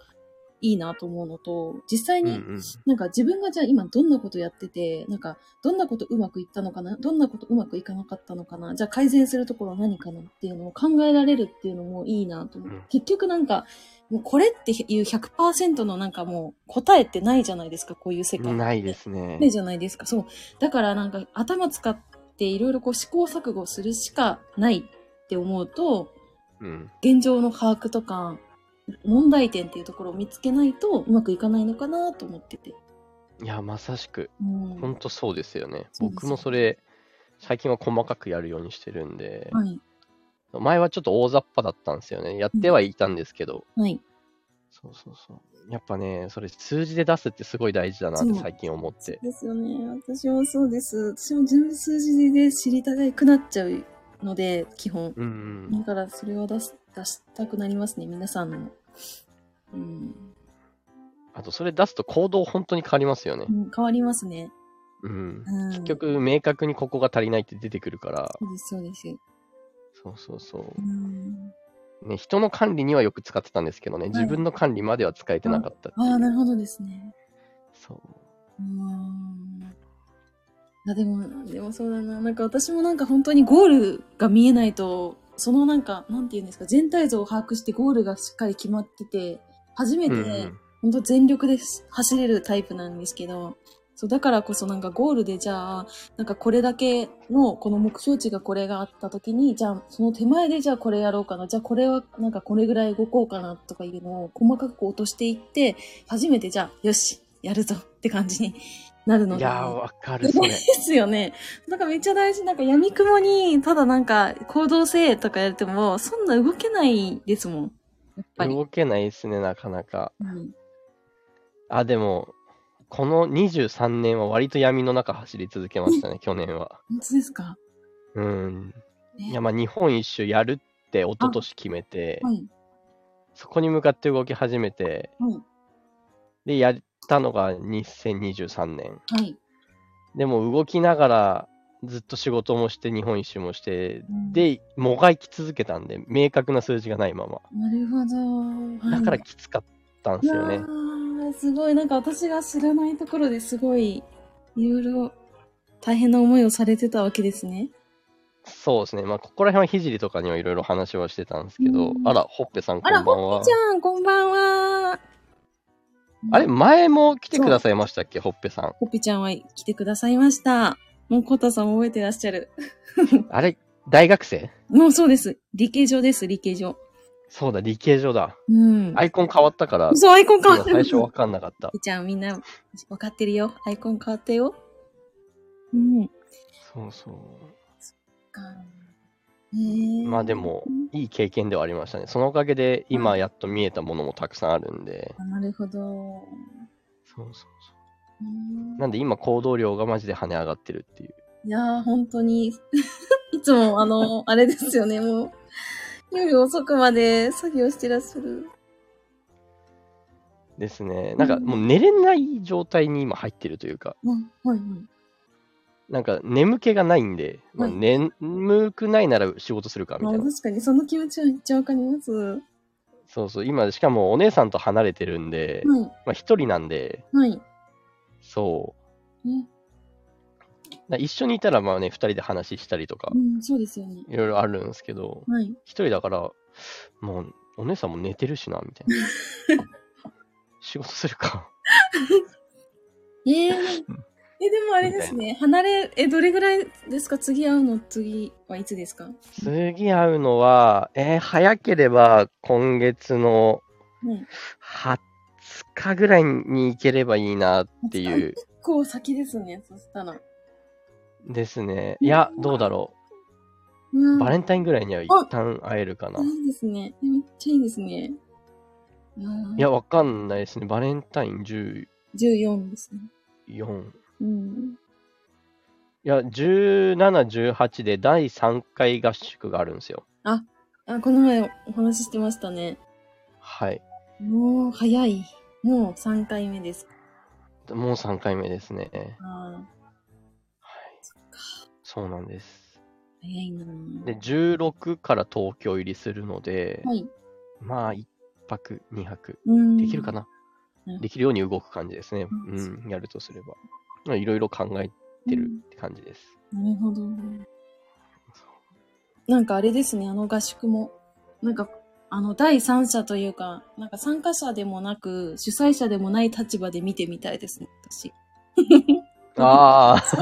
A: いいなと思うのと、実際
C: うん
A: に
C: うん
A: なんか自分がじゃあ今どんなことやってて、なんかどんなことうまくいったのかな、どんなことうまくいかなかったのかな、じゃあ改善するところは何かなっていうのを考えられるっていうのもいいなと思う。
C: うん
A: 結局なんか、もうこれっていう100%のなんかもう答えってないじゃないですか、こういう世界。
C: ないですね。
A: ねじゃないですか。そう。だからなんか頭使っていろいろこう試行錯誤するしかないって思うと、
C: うん。
A: 現状の把握とか、問題点っていうところを見つけないとうまくいかないのかなと思ってて。
C: いや、まさしく、
A: うん
C: ほんとそうですよね。
A: そうです
C: 僕もそれ、最近は細かくやるようにしてるんで、
A: はい。
C: 前はちょっと大雑把だったんですよね。やってはいたんですけど、
A: はい。
C: そうそうそう。やっぱね、それ数字で出すってすごい大事だなっ
A: そ
C: て
A: う
C: 最近思って。
A: ですよね。私もそうです。私も全部数字で知りたくなっちゃうので、基本。
C: うんう
A: だ
C: ん。
A: からそれを出す出したくなりますね、皆さんの。うん。
C: あと、それ出すと行動本当に変わりますよね
A: う。ん変わりますね。
C: うん。
A: うん、
C: 結局、明確にここが足りないって出てくるから、
A: そうです、そうです。
C: そうそうそう
A: う。ん、
C: ね、人の管理にはよく使ってたんですけどね、自分の管理までは使えてなかったってい
A: ああ、な
C: う。
A: るほどですね。
C: そう。
A: うん。あ、でも、でもそうだな。なんか私もなんか本当にゴールが見えないと、そのなんか、なんて言うんですか、全体像を把握してゴールがしっかり決まってて、初めて、
C: うんうん
A: 本当全力で走れるタイプなんですけど、そう、だからこそなんかゴールでじゃあ、なんかこれだけの、この目標値がこれがあった時に、じゃあその手前でじゃあこれやろうかな、じゃあこれはなんかこれぐらい動こうかなとかいうのを細かく落としていって、初めてじゃあ、よし、やるぞって感じになるの
C: い
A: で。
C: やー、わかる、 それ。
A: ですよね。なんかめっちゃ大事。なんか闇雲に、ただなんか行動せえとかやっても、そんな動けないですもん。やっぱり。
C: 動けないですね、なかなか。
A: うん
C: あ、でも、この23年は割と闇の中走り続けましたね、去年は。
A: 本当ですか
C: うん。
A: ね
C: いや、まあ、日本一周やるって一昨年決めて、
A: はい。
C: そこに向かって動き始めて、
A: はい。
C: で、やったのが2023年。
A: はい。
C: でも、動きながら、ずっと仕事もして、日本一周もして、
A: うん
C: で、もがいき続けたんで、明確な数字がないまま。
A: なるほど。はい
C: だからきつかったんですよね。
A: いやーすごい。なんか私が知らないところですごい、いろいろ大変な思いをされてたわけですね。
C: そうですね。まあ、ここら辺はひじりとかにはいろいろ話はしてたんですけど、
A: うん
C: あら、ほっぺさん、こ
A: あ
C: んば
A: ら、
C: ん
A: ほっ
C: は
A: ぺち。ゃん、こんばんは。
C: あれ、前も来てくださいましたっけ、ほっぺさん。
A: ほっぺちゃんは来てくださいました。もう、こたさんも覚えてらっしゃる。
C: あれ、大学生
A: もうそうです。理系上です、理系上。
C: そうだ、理系上だ。
A: うん。
C: アイコン変わったから、
A: そう、アイコン変わってる。
C: 最初
A: ほ
C: わ
A: っ
C: かんなかった
A: ぺ。ちゃん、みんな、分かってるよ。アイコン変わったよ。うん。
C: そうそう。ま
A: ま
C: あでも、いい経験ではありましたね。そのおかげで、今やっと見えたものもたくさんあるんで。
A: なるほど。
C: そうそうそ
A: うん
C: う。なんで今、行動量がマジで跳ね上がってるっていう。
A: いやー、本当に、い つも、あの、あれですよね、もう、夜遅くまで作業してらっしゃる。
C: ですね。なんか、もう寝れない状態に今入ってるというか。
A: うん、はい、はい。
C: なんか眠気がないんで、まあ
A: はい
C: 眠くないなら仕事するかみ
A: ま
C: た
A: あ、
C: いな。
A: 確かに、その気持ちはめっちゃわかります。は
C: そうそう、今しかもお姉さんと離れてるんで、
A: い、
C: まあ一人なんで、
A: はい。
C: そ
A: ね
C: う。だから一緒にいたらまあね、二人で話したりとか
A: う、ん、そうですよね。
C: いろいろあるんですけど、
A: はい。
C: 一人だから、もうお姉さんも寝てるしな、みたいな。 仕事するか。
A: ええー、え、でもあれですね、離れ、え、どれぐらいですか次会うの次はいつですかは
C: 次会うのは、えー早ければ今月の
A: い。
C: 20日ぐらいに行ければいいなっていう。
A: 結構先ですね、そしたら。
C: ですね。いや、どうだろ
A: う
C: う。
A: わ
C: バレンタインぐらいには一旦会えるかな。
A: いいですね。えめっちゃいいですね。いやー
C: いや、わかんないですね。バレンタイン14。
A: 14ですね。
C: いや、
A: うん。
C: 17、18で第3回合宿があるんですよ。
A: あ、この前お話ししてましたね。
C: はい。
A: もう早い。もう3回目です。
C: もう3回目ですね。はい。
A: あ
C: そうなんです。
A: ー早いな
C: で、
A: ぁ。
C: 16から東京入りするので、
A: はい。
C: まあ、1泊、2泊、
A: うん。
C: できるかな、
A: うん
C: できるように動く感じですね。
A: うん
C: うん、やるとすれば。まあいろいろ考えてるって感じです。
A: なるほどね。なんかあれですね、あの合宿も。なんか、あの、第三者というか、なんか参加者でもなく、主催者でもない立場で見てみたいですね、私。
C: ああ、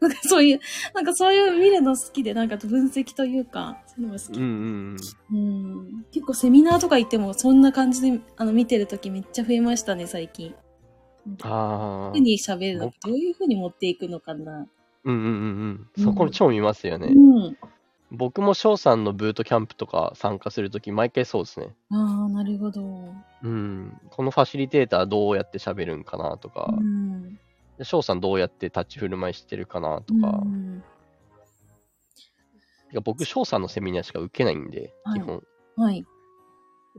A: なんかそういう、なんかそういう見るの好きで、なんか分析というか、そういうのが好
C: うん
A: き。
C: うん。
A: うん。結構セミナーとか行っても、そんな感じで、あの、見てるときめっちゃ増えましたね、最近。
C: あ
A: どう
C: あ
A: いうふう。に喋るのか、どういうふうに持っていくのかな。
C: うんうんうん
A: う
C: うんん。そこ超見ますよね。
A: うん。
C: 僕も翔さんのブートキャンプとか参加するとき、毎回そうですね。
A: ああ、なるほど。
C: うん。このファシリテーターどうやって喋るんかなとか
A: う、ん。
C: で翔、さんどうやって立ち振る舞いしてるかなと
A: う
C: か。
A: ん
C: てか僕、翔さんのセミナーしか受けないんで、
A: はい
C: 基本。
A: はい。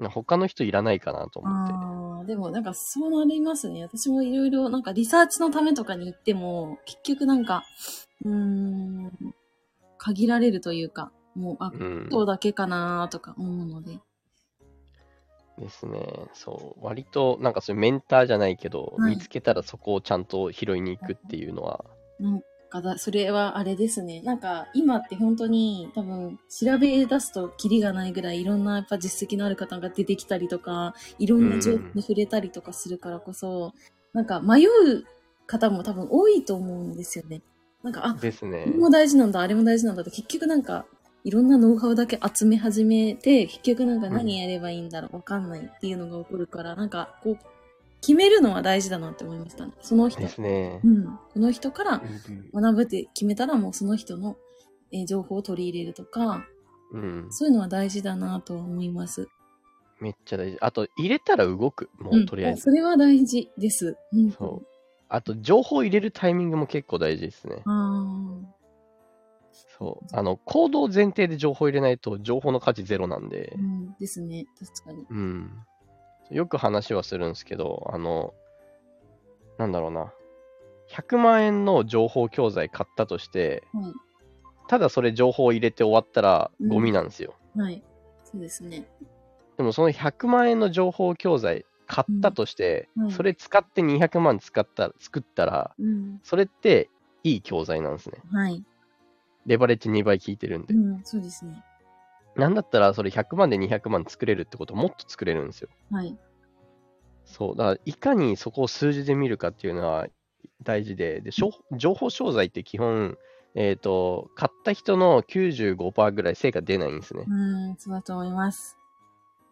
C: 他の人いらないかなと思って。
A: ああ、でもなんかそうなりますね。私もいろいろなんかリサーチのためとかに行っても、結局なんか、うーん、限られるというか、もう、あ、
C: うん。
A: 今日だけかなーとか思うので。
C: ですね。そう。割と、なんかそういうメンターじゃないけど、
A: はい
C: 見つけたらそこをちゃんと拾いに行くっていうのは、
A: なんかだ、それはあれですね。なんか今って本当に多分調べ出すとキリがないぐらいいろんなやっぱ実績のある方が出てきたりとか、いろんな情報に触れたりとかするからこそ、なんか迷う方も多分多いと思うんですよね。なんか、あ、
C: ですね
A: こ。れも大事なんだ、あれも大事なんだって、結局なんか、いろんなノウハウだけ集め始めて、結局なんか何やればいいんだろう、わかんないっていうのが起こるから、なんか、こう、決めるのは大事だなって思いましたね。その人
C: で。すね
A: う。ん。この人から
C: うん
A: 学ぶって決めたら、もうその人の、えー情報を取り入れるとか、
C: うん。
A: そういうのは大事だなとは思います。
C: めっちゃ大事。あと、入れたら動く。も
A: うん
C: う、とりあえず。
A: それは大事です。うん。
C: そう。あと、情報入れるタイミングも結構大事ですね。
A: あ
C: そう。あの、行動前提で情報入れないと、情報の価値ゼロなんで
A: あ、う、ん。ですね。確かに。
C: うん。よく話はするんですけど、あの、なんだろうな。100万円の情報教材買ったとして、
A: はい。
C: ただそれ情報入れて終わったら
A: うん
C: ゴミなんですよ。
A: はい。そうですね。
C: でもその100万円の情報教材買ったとして、
A: うんはい
C: それ使って200万使った作ったら、
A: うん。
C: それっていい教材なんですね。
A: はい。
C: レバレッジ2倍効いてるんで
A: う。ん。そうですね。
C: なんだったらそれ100万で200万作れるってこともっと作れるんですよ。
A: はい。
C: そう。だからいかにそこを数字で見るかっていうのは大事で、でしょ情報商材って基本、えっ、と、買った人の95%ぐらい成果出ないんですね
A: う。ーん、そうだと思います。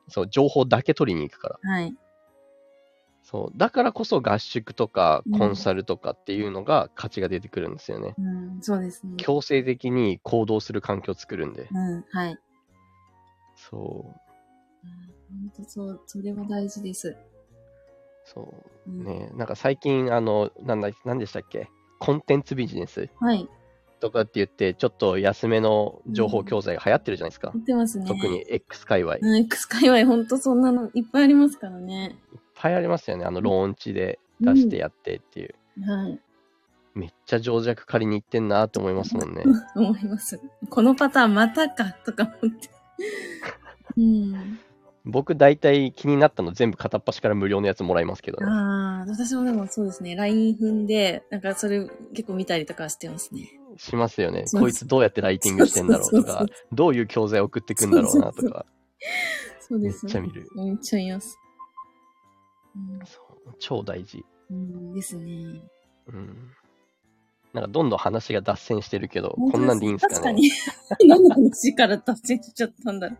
C: そう、情報だけ取りに行くから。
A: はい。
C: そう。だからこそ合宿とか
A: うん
C: コンサルとかっていうのが価値が出てくるんですよね。
A: うん、そうですね。
C: 強制的に行動する環境を作るんで。
A: うん、はい。うん
C: そう。
A: 本当そう、それは大事です。
C: そうう。
A: ん、
C: ねなんか最近、あの、なんだ、なんでしたっけコンテンツビジネス
A: はい。
C: とかって言って、ちょっと安めの情報教材が流行ってるじゃないですか。
A: 言ってますね。
C: 特に。X 界隈。いっ
A: うん、X 界隈、本当そんなのいっぱいありますからね。
C: ぱいありますよね。あの、ローンチで出してやってっていう。
A: はい。
C: めっちゃ情弱借りに行ってんなって思いますもんね。
A: 思います。このパターンまたか、とか思 って。うん。
C: 僕、大体気になったの全部片っ端から無料のやつもらいますけどね。
A: ああ、私もでもそうですね。LINE 踏んで、なんかそれ結構見たりとかしてますね。
C: しますよね。
A: そうそう
C: こいつどうやってライティングしてんだろうと
A: そうそうそう
C: か、どういう教材送ってくんだろうなとか、
A: そう
C: め
A: で
C: っ
A: す
C: ちゃ見る。
A: めっちゃ見ます。うん
C: そう超大事。
A: うん、ですね。
C: うん。なんかどんどん話が脱線してるけど、
A: 本
C: こ
A: 当
C: んなんでいいんすか
A: 確か
C: ね。
A: に。 何の話から達成しちゃったんだろう。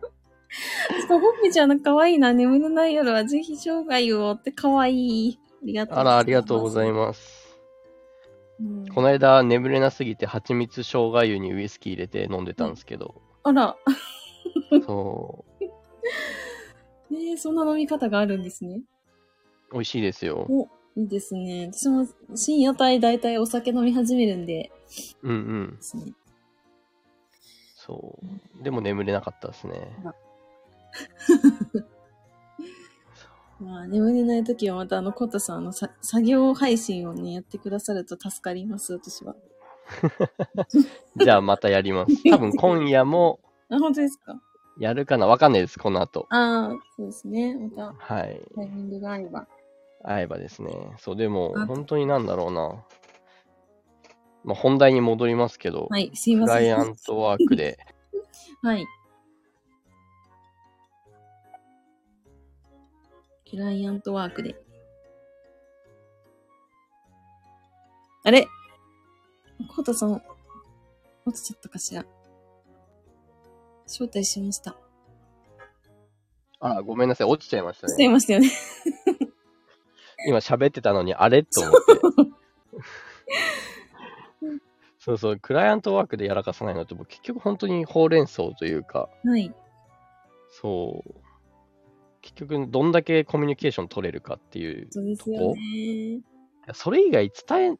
A: そうほっぺちゃんの可愛いな、眠れない夜はぜひ生涯をって可愛い。ありがとう
C: あら、ありがとうござい
A: ま
C: ます。
A: す。うん
C: この間、眠れなすぎて蜂蜜生姜湯にウイスキー入れて飲んでたんですけど、
A: あら、
C: そう。
A: えー、そんな飲み方があるんですね。
C: 美味しいですよ。
A: お、いいですね。私も深夜帯大体お酒飲み始めるんで、
C: うんうん
A: で。すね。
C: そう。でも眠れなかったですね。
A: まあ、眠れない時はまたあの、コタさんのさ作業配信をね、やってくださると助かります、私は。
C: じゃあまたやり ます。多分今夜も
A: あ、本当ですか
C: やるかなわかんないです、この後。
A: ああ、そうですね。また、
C: はい。
A: タイミングがあれば。
C: 会えばですね。そう、でも
A: あ
C: 本当になんだろうな。まあ、本題に戻りますけど、
A: はい、すい
C: ク
A: ま
C: ライ
A: せん。
C: アントワークで、
A: はい。クライアントワークで。あれコウタさん、落ちちゃったかしら。招待しました。
C: あ、ごめんなさい、落ちちゃいました
A: 落ちちゃい
C: ね。
A: ましたよね。
C: 今喋ってたのに、あれと 思って。そうそう、クライアントワークでやらかさないのって、僕結局本当にほうれん草というか、
A: はい。
C: そう。結局、どんだけコミュニケーション取れるかっていう、
A: そうですよね。
C: それ以外伝え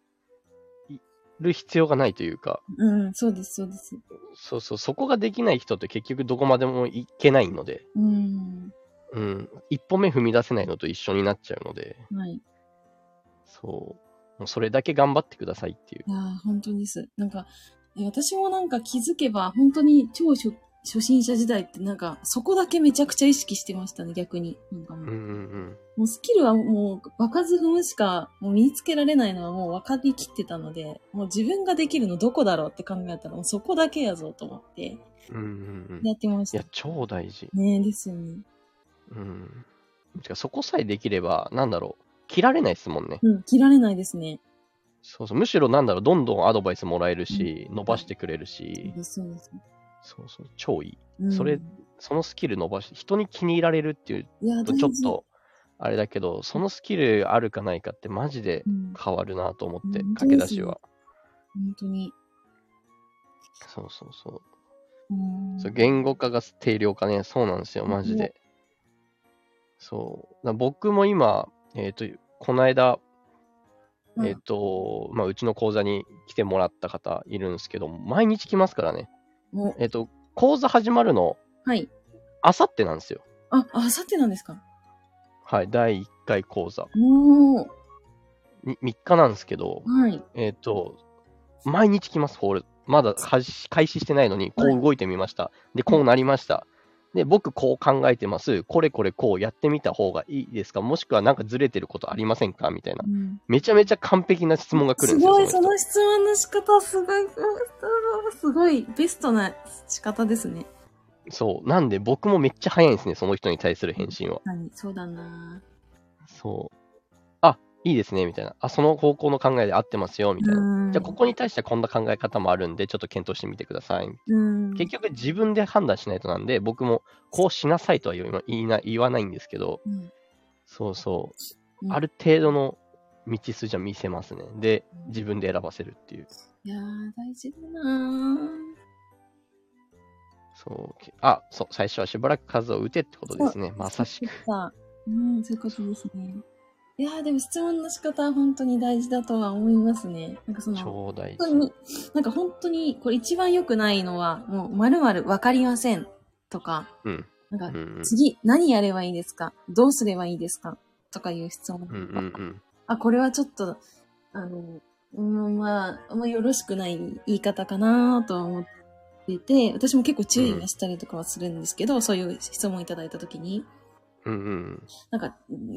C: る必要がないというか、
A: うん、そうです、そうです。
C: そうそう、そこができない人って結局どこまでもいけないので、
A: うん。
C: うん、一歩目踏み出せないのと一緒になっちゃうので、
A: はい。
C: そう、もうそれだけ頑張ってくださいっていう。
A: いやー本当です。なんか、えー私もなんか気づけば、本当に超初初心者時代って、なんか、そこだけめちゃくちゃ意識してましたね、逆に。なんかも
C: う
A: う、
C: んうん
A: もうスキルはもう、場数踏むしか、もう身につけられないのはもう分かりきってたので、もう自分ができるのどこだろうって考えたら、もうそこだけやぞと思って、
C: うん。うんうんうん。
A: や
C: い
A: ってました
C: や。、超大事。
A: ねえ、ですよね。
C: うん。てかそこさえできれば、なんだろう、切られないですもんね。
A: うん、切られないですね。
C: そうそう、むしろなんだろう、どんどんアドバイスもらえるし、伸ばしてくれる
A: そう
C: し、
A: です、そうです。
C: そうそう、超いい。
A: うん、
C: それ
A: い
C: そのスキル伸ばし、人に気に入られるっていう
A: や、
C: と、
A: 大事
C: ちょっと、あれだけど、そのスキルあるかないかって、マジで
A: うん、
C: 変わるなと思って、
A: うん
C: 駆け出しは。
A: 本当に。
C: そうそうそう。
A: うん
C: そう言語化が定量化ね、そうなんですよ、マジ
A: うん
C: で。そう。だ僕も今、えっ、と、この間、
A: うん
C: えっ、と、まあ、うちの講座に来てもらった方いるんですけど、毎日来ますからね。
A: お
C: えっ、と、講座始まるの、
A: はい。
C: あさってなんですよ。
A: あ、あさってなんですか
C: はい、第1回講座。
A: おー、
C: に3日なんですけど、
A: はい。
C: えっ、と、毎日来ます、ホール。まだ開始開始してないのに、こ
A: は
C: う動いてみました。で、こうなりました。で、僕、こう考えてます。これこれこうやってみた方がいいですかもしくはなんかずれてることありませんかみたいな。
A: うん
C: めちゃめちゃ完璧な質問が来る
A: す
C: んですよ。
A: ごい、
C: そ
A: そ
C: の人
A: の質問の仕方、すごい、すごい、ベストな仕方ですね。
C: そう。なんで、僕もめっちゃ早いんですね、その人に対する返信は。
A: 何そうだな
C: そう。あ、いいですね、みたいな。あ、その方向の考えで合ってますよ、みたいな。
A: ぁ。
C: じゃあ、ここに対してはこんな考え方もあるんで、ちょっと検討してみてください。
A: うん、
C: 結局自分で判断しないとなんで、僕もこうしなさいとは言わ言いな言わないんですけど、
A: うん
C: そうそう、
A: うん
C: ある程度の道筋は見せますね。で、自分で選ばせるっていう。
A: いやー、大事だな
C: そう、けあ、そう、最初はしばらく数を打てってことですね。
A: ぁ。
C: まさしく。
A: さ。うん、そういうことですね。いやー、でも質問の仕方は本当に大事だとは思いますね。なんかその、
C: 超
A: 本
C: 大
A: 当
C: 事。
A: に、なんか本当に、これ一番良くないのは、もう、まるまるわかりませんとか、
C: うん。
A: なんか
C: うん、うん。
A: 次、何やればいいですかどうすればいいですかとかいう質問。
C: うんうんうん。
A: あ、これはちょっと、あの、うん、まあ、あんまよろしくない言い方かなとは思ってて、私も結構注意はしたりとかはするんですけど、そういう質問いただいたときに、
C: うんうん。
A: なんか、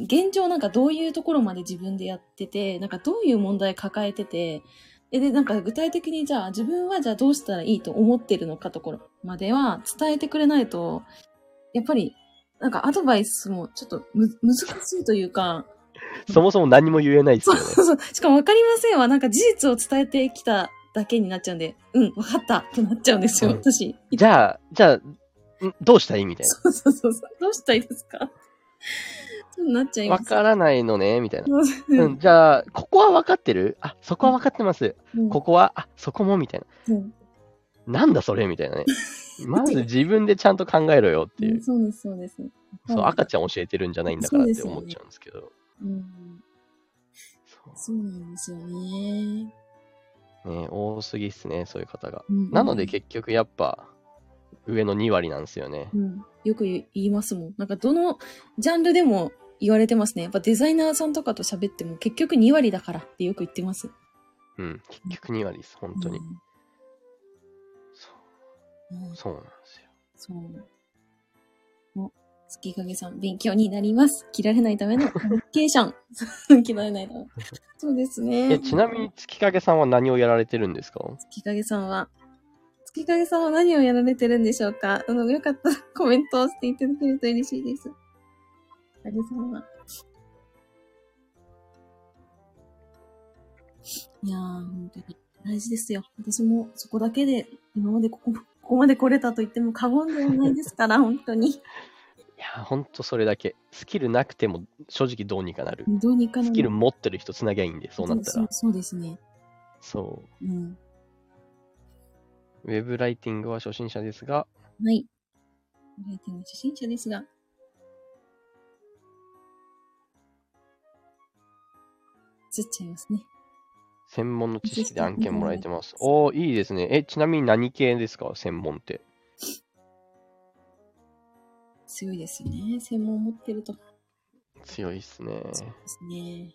A: 現状なんかどういうところまで自分でやってて、なんかどういう問題抱えてて、えで、なんか具体的にじゃあ自分はじゃあどうしたらいいと思ってるのかところまでは伝えてくれないと、やっぱり、なんかアドバイスもちょっとむ難しいというか、
C: そもそも何も言えないです
A: そ
C: よ
A: う
C: ね。
A: そうそう。しかも分かりませんは、なんか事実を伝えてきただけになっちゃうんで、うん、分かったってなっちゃうんですよ、
C: うん
A: 私。
C: じゃあ、じゃあ、んどうしたらいいみたい
A: そうそうそうそう。どうしたらいいですか そうなっちゃい
C: な。
A: ま
C: わ
A: す。
C: からないのね、みたいな。
A: う
C: うんん、じゃあ、ここは分かってるあ、そこは分かってます。ここは、あ、そこも、みたいな。
A: うん
C: なんだそれみたいなね。まず自分でちゃんと考えろよっていう。
A: そうです、そうです。
C: そう、赤ちゃん教えてるんじゃないんだからって思っちゃうんですけど。
A: うん。
C: そ
A: そうなんですよね。
C: うね、多すぎっすね、そういう方が。
A: うん
C: なので結局やっぱ、上の2割なんですよね。
A: うん、よく言いますもん。なんかどのジャンルでも言われてますね。やっぱデザイナーさんとかと喋っても結局2割だからってよく言ってます。
C: うん、結局2割です、本当に
A: う。ん
C: そ
A: うん
C: うそうなんですよ。
A: そう。お、月影さん、勉強になります。切られないためのコミュニケーション。切られないため。そうです
C: え、
A: ね。
C: ちなみに月影さんは何をやられてるんですか
A: 月影さんは、月影さんは何をやられてるんでしょうかあの、よかったら コメントをしていただけると嬉しいです。月影さんは。いやー、本当に大事ですよ。私もそこだけで、今までここ、ここまで来れたと言っても過言ではないですから、本当に。
C: いやー、ほんとそれだけ。スキルなくても正直どうにかなる。
A: どうにかな
C: スキル持ってる人つなぎゃいいんで、そうなった
A: そ
C: ら
A: う。そうですね。
C: そ
A: うん。
C: う。ウェブライティングは初心者ですが、
A: はい。ライティング初心者ですが。映っちゃいますね。
C: 専門の知識で案件もらえてます。おー、いいですね。え、ちなみに何系ですか専門って。
A: 強いですよね。専門を持ってると。
C: 強いっすね。
A: そうですね。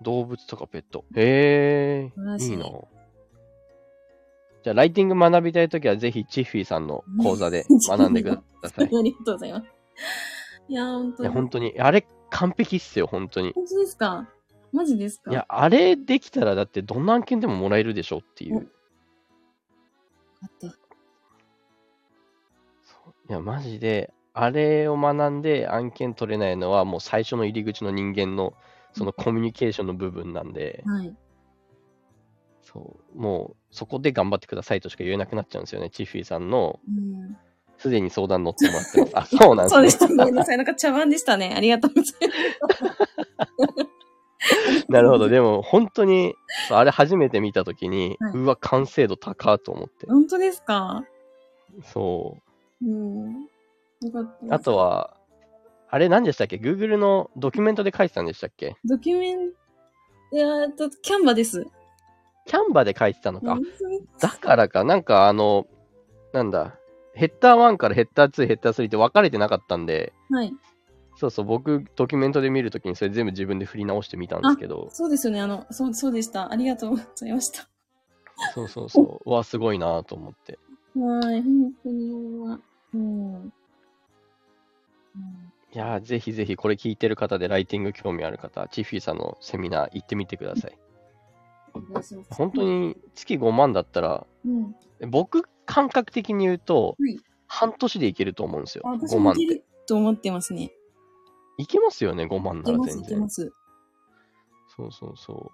C: 動物とかペット。へえ
A: 素晴らし
C: ー、
A: い
C: いいな。じゃあ、ライティング学びたいときは、ぜひ、チッフィーさんの講 座で学んでください。
A: ありがとうございます。いやー、本当
C: いや、
A: に。
C: 本当に。あれ、完璧っすよ、本当に。
A: 本当ですかマジですか
C: いや、あれできたら、だって、どんな案件でももらえるでしょっていう。
A: よかった。
C: そういや、マジで、あれを学んで案件取れないのは、もう最初の入り口の人間の、そのコミュニケーションの部分なんで、
A: はい。
C: そう、もう、そこで頑張ってくださいとしか言えなくなっちゃうんですよね。チッフィーさんの、
A: うん。
C: すでに相談乗っても らってます。あ、そうなんです
A: そうで。し
C: ね
A: た。ごめんなさい。なんか茶番でしたね。ありがとうございます。
C: なるほど。。でも、本当に、そうあれ初めて見たときに、
A: はいう
C: わ、完成度高と思って。
A: 本当ですか
C: そ
A: うん。よかった。
C: う。あと、は、あれ何でしたっけ ?Google のドキュメントで書いてたんでしたっけ
A: ドキュメント、いやーと、キャンバです。
C: キャンバで書いてたのか。
A: うん
C: だからか、なんかあの、なんだ、ヘッダー1からヘッダー2、ヘッダー3って分かれてなかったんで、
A: はい。
C: そうそう、僕、ドキュメントで見るときにそれ全部自分で振り直してみたんですけど、
A: そうですよね。あの、そう、そうでした。ありがとうございました。
C: そうそうそう、うわ、すごいなと思って。
A: はい。本当に、は。うん。うん
C: いやー、ぜひぜひこれ聞いてる方でライティング興味ある方、チッフィーさんのセミナー行ってみてください。
A: お願いします
C: 本当。に月5万だったら、
A: うん。
C: 僕、感覚的に言うと
A: はい、
C: 半年でいけると思うんですよ。
A: あ私
C: 5
A: も
C: 万
A: い
C: っ
A: け
C: て。
A: ると思ってますね。
C: いけますよね、5万
A: い
C: な
A: け
C: ら
A: ます、
C: 全
A: いけま
C: 然。
A: す。
C: そうそうそう。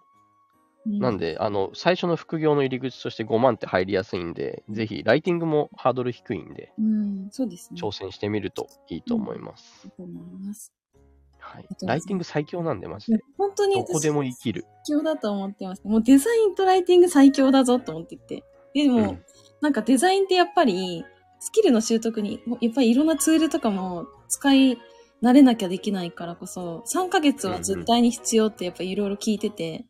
A: う
C: なんで、あの、最初の副業の入り口として5万って入りやすいんで、ぜひ、ライティングもハードル低いんで、
A: うん、そうですね。
C: 挑戦してみるといいと思います。
A: だと思います。
C: は
A: あ
C: い
A: りがとうご。ざい
C: ラ
A: ま
C: イ
A: す
C: ティング最強なんで、マジ
A: いや
C: で。
A: 本当に
C: ど
A: 私
C: こでも生きる。
A: 最強だと思ってます。もうデザインとライティング最強だぞと思ってて。でも、
C: うん
A: なんかデザインってやっぱり、スキルの習得に、やっぱりいろんなツールとかも使い慣れなきゃできないからこそ、3ヶ月は絶対に必要ってやっぱいろいろ聞いてて、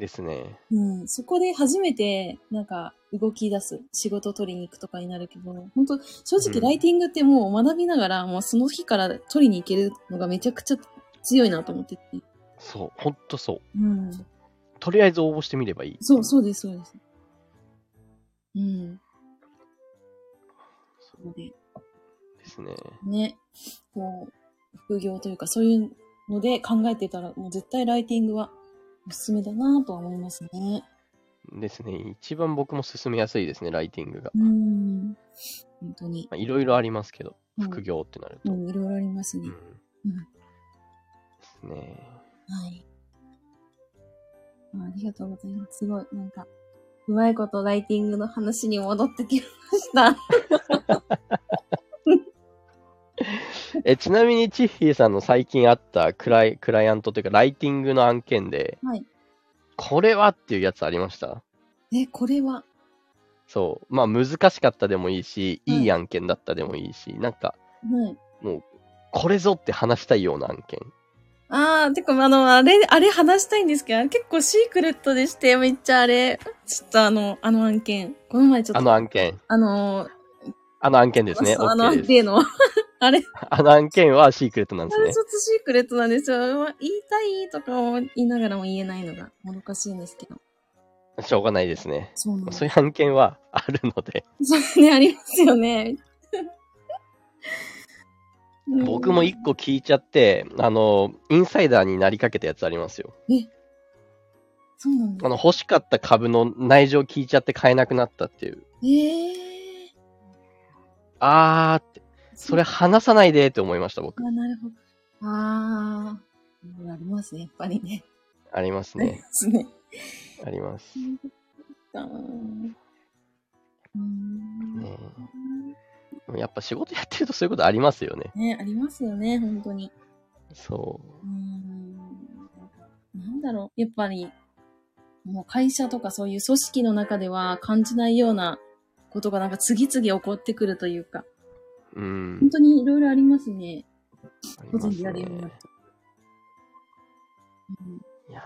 C: ですね。
A: うん、そこで初めてなんか動き出す、仕事取りに行くとかになるけど、本当正
C: う
A: 直
C: ん
A: ライティングってもう学びながら、もうその日から取りに行けるのがめちゃくちゃ強いなと思ってて。
C: そう、ほんとそう。
A: うん。
C: とりあえず応募してみればいい。
A: そう、そうです、そうです。うん。そうで、
C: ですね。
A: ね、こう、副業というか、そういうので考えてたら、もう絶対ライティングはおすすめだなぁとは思いますね。
C: ですね。一番僕も進めやすいですね、ライティングが。
A: うん。本当に
C: ま。あいろいろありますけど、
A: うん
C: 副業ってなる
A: う
C: と。
A: ん、いろいろありますね
C: うん。。
A: うん
C: ですね。
A: はい。あありがとうございます。すごい、なんか、うまいことライティングの話に戻ってきました。
C: え、ちなみに、チッフィーさんの最近あったクライクライアントというか、ライティングの案件で、
A: はい
C: これはっていうやつありました
A: え、これは、
C: そう、まあ難しかったでもいいし、
A: うん
C: いい案件だったでもいいし、なんか、
A: はい。
C: これぞって話したいような案件。
A: あー、てか、あの、あれ、あれ話したいんですけど、結構シークレットでして、めっちゃあれ、ちょっとあの、あの案件、この前ちょっと、
C: あの案件。
A: あの
C: あの案件ですね。
A: そうあの
C: OK
A: 案
C: です。
A: 件の、あれ、
C: あの案件はシークレットなんで
A: あ
C: す
A: れ
C: ね
A: ち。ょっとシークレットなんですよ。言いたいとかも言いながらも言えないのが、もどかしいんですけど。
C: しょうがないですね。
A: そうなんです
C: そういう案件はあるので、
A: そうね、ありますよね。うん
C: 僕も一個聞いちゃって、あの、インサイダーになりかけたやつありますよ。
A: そうなんだ
C: あ。の、欲しかった株の内情聞いちゃって買えなくなったっていう。
A: ええ
C: あーって、それ話さないでって思いました、僕。
A: あ、なるほど。ああ、ありますね、やっぱりね。
C: あります
A: あり
C: ね。
A: ますね。
C: あります。
A: うーんうーん
C: ねやっぱ仕事やってるとそういうことありますよね。
A: ね、ありますよね、本当に。
C: そう
A: ーん。なんだろう、やっぱり、もう会社とかそういう組織の中では感じないようなことがなんか次々起こってくるというか、
C: う。うん
A: 本。当にいろいろありますね。
C: あり
A: 個
C: ま
A: 人
C: すね
A: でやるようになった。うん
C: いや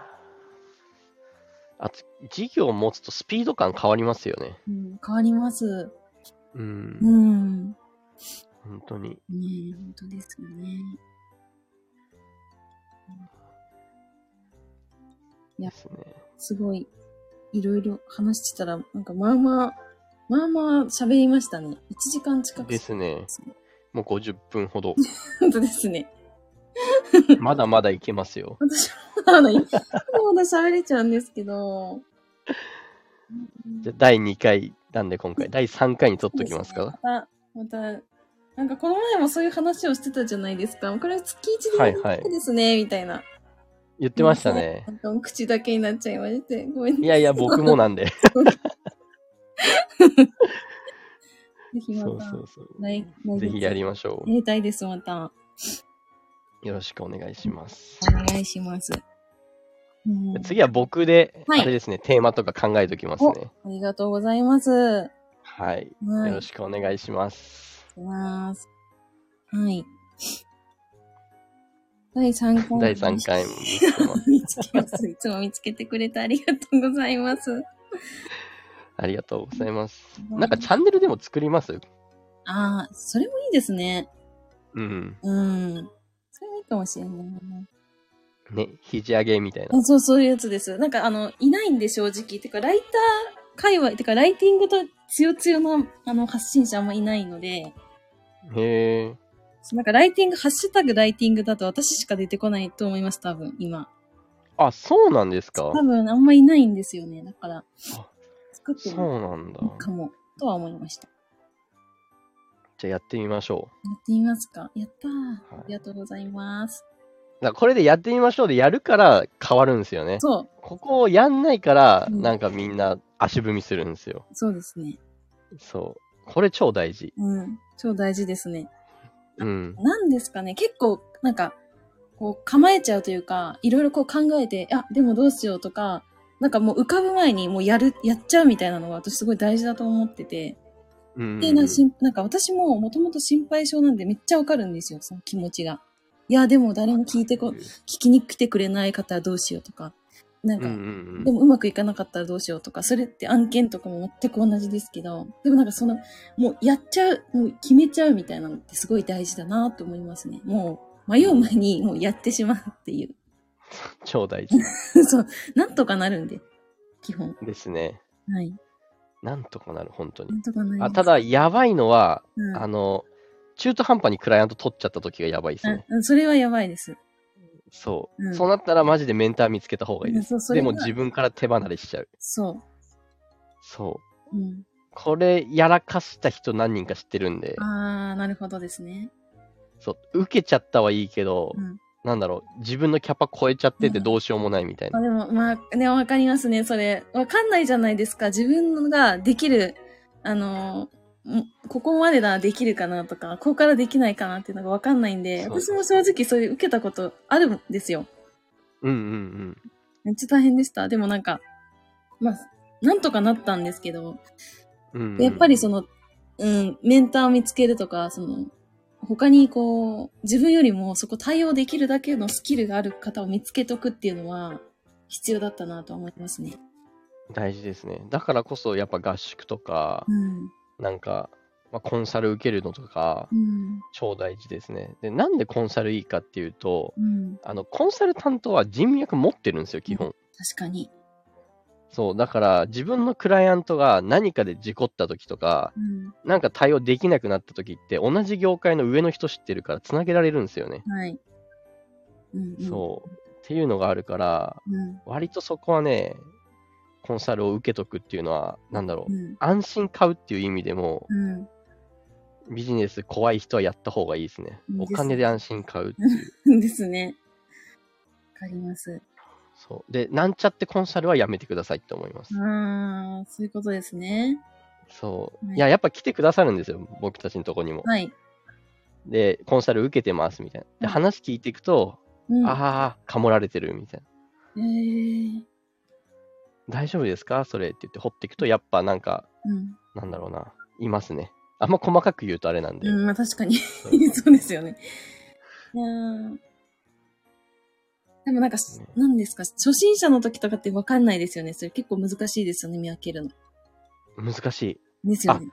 C: ーあと、事業を持つとスピード感変わりますよね。
A: うん、変わります。
C: う。
A: うんん。ね
C: 本当に。
A: え、本当ですよね。いや
C: ですね。
A: すごい、いろいろ話してたら、なんかまあまあ、まあまあ喋りましたね。1時間近く。
C: ですね。
A: ね。
C: もう50分 ほど。
A: 本当ですね。
C: まだまだいけますよ。
A: 私はまだまだ、まだまだ喋れちゃうんですけど。
C: じゃあ第2回なんで今回、第3回に取っときますか。
A: また、また、なんかこの前もそういう話をしてたじゃないですか。これ月一で
C: は
A: や
C: い
A: り
C: は
A: た
C: い
A: いですね、みたいな。
C: 言ってましたね。
A: なんか口だけになっちゃいまして。ごめん
C: い
A: ね。
C: やいや、僕もなん で。
A: ぜひま
C: そう
A: た
C: そ、うそう。
A: 来来
C: ぜ
A: 月
C: ひやりましょ
A: やりたいです、また。
C: う。よろしくお願いします。
A: お願いします。うん
C: 次は僕で、あ
A: はい
C: れですね、テーマとか考えときますね。
A: ありがとうございます。は
C: はい。
A: い。
C: よ
A: よ
C: ろしくお願いします。
A: ます。はい。第3回。
C: 第3回も見つ け
A: 見つけ
C: ます。
A: ます。いつも見つけてくれてありがとうございます。
C: ありがとうございます。なんかチャンネルでも作ります
A: ああ、それもいいですね。
C: うん。
A: うん。それもいいかもしれないな。
C: ね、肘上げみたいな。
A: あそう、そういうやつです。なんかあの、いないんで正直。てか、ライター界隈、てか、ライティングと強強のあの発信者あんまいないので、
C: へえ。
A: なんかライティング、ハッシュタグライティングだと私しか出てこないと思います、多分、今。
C: あ、そうなんですか
A: 多分、あんまいないんですよね。だから
C: あ、
A: 作って
C: そ
A: も
C: うなんだ
A: い。いかも、とは思いました。
C: じゃあやってみましょ
A: やってみますか。やったー。
C: い
A: ありがとうございます。
C: う。だからこれでやってみましょうでやるから変わるんですよね。
A: そう、
C: ここをやんないから、
A: うん
C: なんかみんな足踏みするんですよ。
A: そうですね。
C: そう。これ超大事。
A: うん。超大事ですね。
C: うん。
A: なんですかね、結構、なんか、こう、構えちゃうというか、いろいろこう考えて、あ、でもどうしようとか、なんかもう浮かぶ前にもうやる、やっちゃうみたいなのが私すごい大事だと思ってて。
C: うん。
A: でなしんなんか私ももともと心配性なんでめっちゃわかるんですよ、その気持ちが。いや、でも誰も聞いてこ、聞きに来てくれない方はどうしようとか、なん
C: うんう
A: か、
C: ん
A: でもうまくいかなかったらどうしようとか、それって案件とかも全く同じですけど、でもなんかその、もうやっちゃう、もう決めちゃうみたいなのってすごい大事だなと思いますね。もう迷う前にもうやってしまうってい
C: 超大事
A: う。 そう、なんとかなるんで、基本。
C: ですね。
A: はい。
C: なんとかなる、本当
A: な
C: に。
A: んとかなりま
C: あ
A: す
C: た、だ、やばいのは、
A: うん
C: あの、中途半端にクライアント取っちゃった時がやばいですね。
A: うんそれはやばいです。
C: そう。
A: うん
C: そうなったらマジでメンター見つけた方がいいです。
A: そうそれ
C: で
A: は
C: も自分から手離れしちゃう。
A: そ。
C: そう
A: うん。
C: う。これやらかした人何人か知ってるんで、
A: ああ、なるほどですね。
C: そう、受けちゃったはいいけど、
A: うん
C: なんだろう、自分のキャパ超えちゃってて
A: うん
C: どうしようもないみたい
A: ま
C: な。
A: あでも、まあね、わかりますね、それ。わかんないじゃないですか。自分ができる、あのー、んここまでならできるかなとか、ここからできないかなっていうのがわかんないんで、
C: そう
A: 私も正直そういう受けたことあるんですよ。
C: うんうん
A: めっちゃ大変でした。でもなんか、まあ、なんとかなったんですけど、
C: うん
A: でやっぱりその、うん、メンターを見つけるとか、その、他にこう、自分よりもそこ対応できるだけのスキルがある方を見つけとくっていうのは、必要だったなと思いますね。
C: 大事ですね。だからこそ、やっぱ合宿とか
A: う、ん。
C: なんか、まあ、コンサル受けるのとか
A: う、ん。
C: 超大事ですね。で、なんでコンサルいいかっていうと、
A: うん。
C: あの、コンサル担当は人脈持ってるんですよ、基本。
A: 確かに。
C: そう、だから自分のクライアントが何かで事故った時とか、
A: うん。
C: なんか対応できなくなった時って、同じ業界の上の人知ってるから繋げられるんですよね。
A: はい。うん、うん。
C: そう。っていうのがあるから、
A: うん。
C: 割とそこはね、コンサルを受けとくっていうのは、なんだろ
A: う
C: う。
A: ん。
C: 安心買うっていう意味でも、
A: うん。
C: ビジネス怖い人はやった方がいいですね。
A: うん
C: お
A: です
C: 金で安心買うって いう。
A: ですね。わかります。
C: そう。で、なんちゃってコンサルはやめてくださいって思います。
A: ああ、そういうことですね。
C: そう。
A: ね
C: いや、やっぱ来てくださるんですよ。僕たちのとこにも。
A: はい。
C: で、コンサル受けてますみたいな。
A: う
C: で、
A: ん
C: 話聞いていくと、
A: うん。
C: ああ、かもられてるみたい
A: え
C: な。
A: ー。
C: 大丈夫ですかそれって言って掘っていくと、やっぱなんか、
A: うん。
C: なんだろうな、いますね。あんま細かく言うとあれなんで。
A: うん、まあ確かに。
C: そう
A: そうですよね。いやーでもなんか、何ですか、初心者の時とかってわかんないですよね。それ結構難しいですよね、見分けるの。
C: 難しい。
A: ですよね。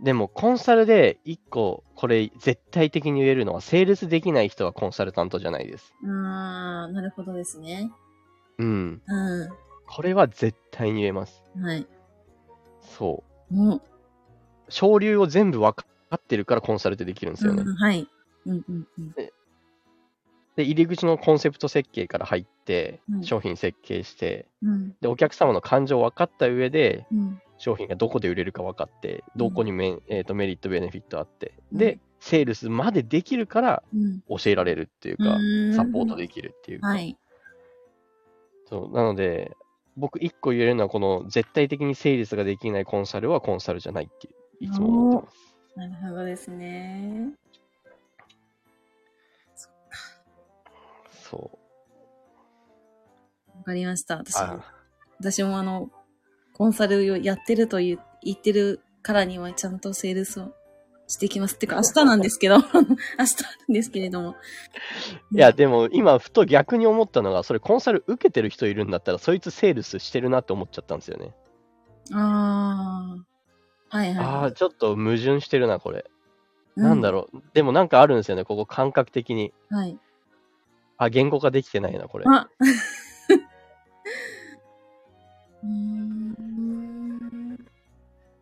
C: でも、コンサルで一個、これ絶対的に言えるのは、セールスできない人はコンサルタントじゃないです。
A: ああー、なるほどですね。
C: うん。
A: う
C: これは絶対に言えます。
A: ん。はい。
C: そう。
A: もう、
C: 昇流を全部分かってるからコンサルってできるんですよね
A: う。んはい。うんうんうん。
C: で、入り口のコンセプト設計から入って
A: う、ん
C: 商品設計して、
A: うん。
C: で、お客様の感情を分かった上で、
A: うん。
C: 商品がどこで売れるか分かって、どこにメ,、えー、とメリット、ベネフィットあって、
A: うん
C: で、セールスまでできるから
A: うん。
C: 教えられるっていうか、サポートできるっていうか、
A: はい。
C: そうなので、僕一個言えるのは、この絶対的にセールスができないコンサルはコンサルじゃないっていつも思ってます。
A: なるほどですね。
C: そう。
A: わかりました。私も
C: あ
A: 私もあの、コンサルをやってると言う言ってるからにはちゃんとセールスをしてきます。って か明日なんですけど、明 日なんですけれども。
C: いや、でも今、ふと逆に思ったのが、それコンサル受けてる人いるんだったら、そいつセールスしてるなって思っちゃったんですよね。
A: ああ。はいはい。
C: ああ、ちょっと矛盾してるな、これ。
A: う
C: なんだろう。でもなんかあるんですよね、ここ感覚的に。
A: はい。
C: あ、言語化できてないな、これ。
A: あ うーん。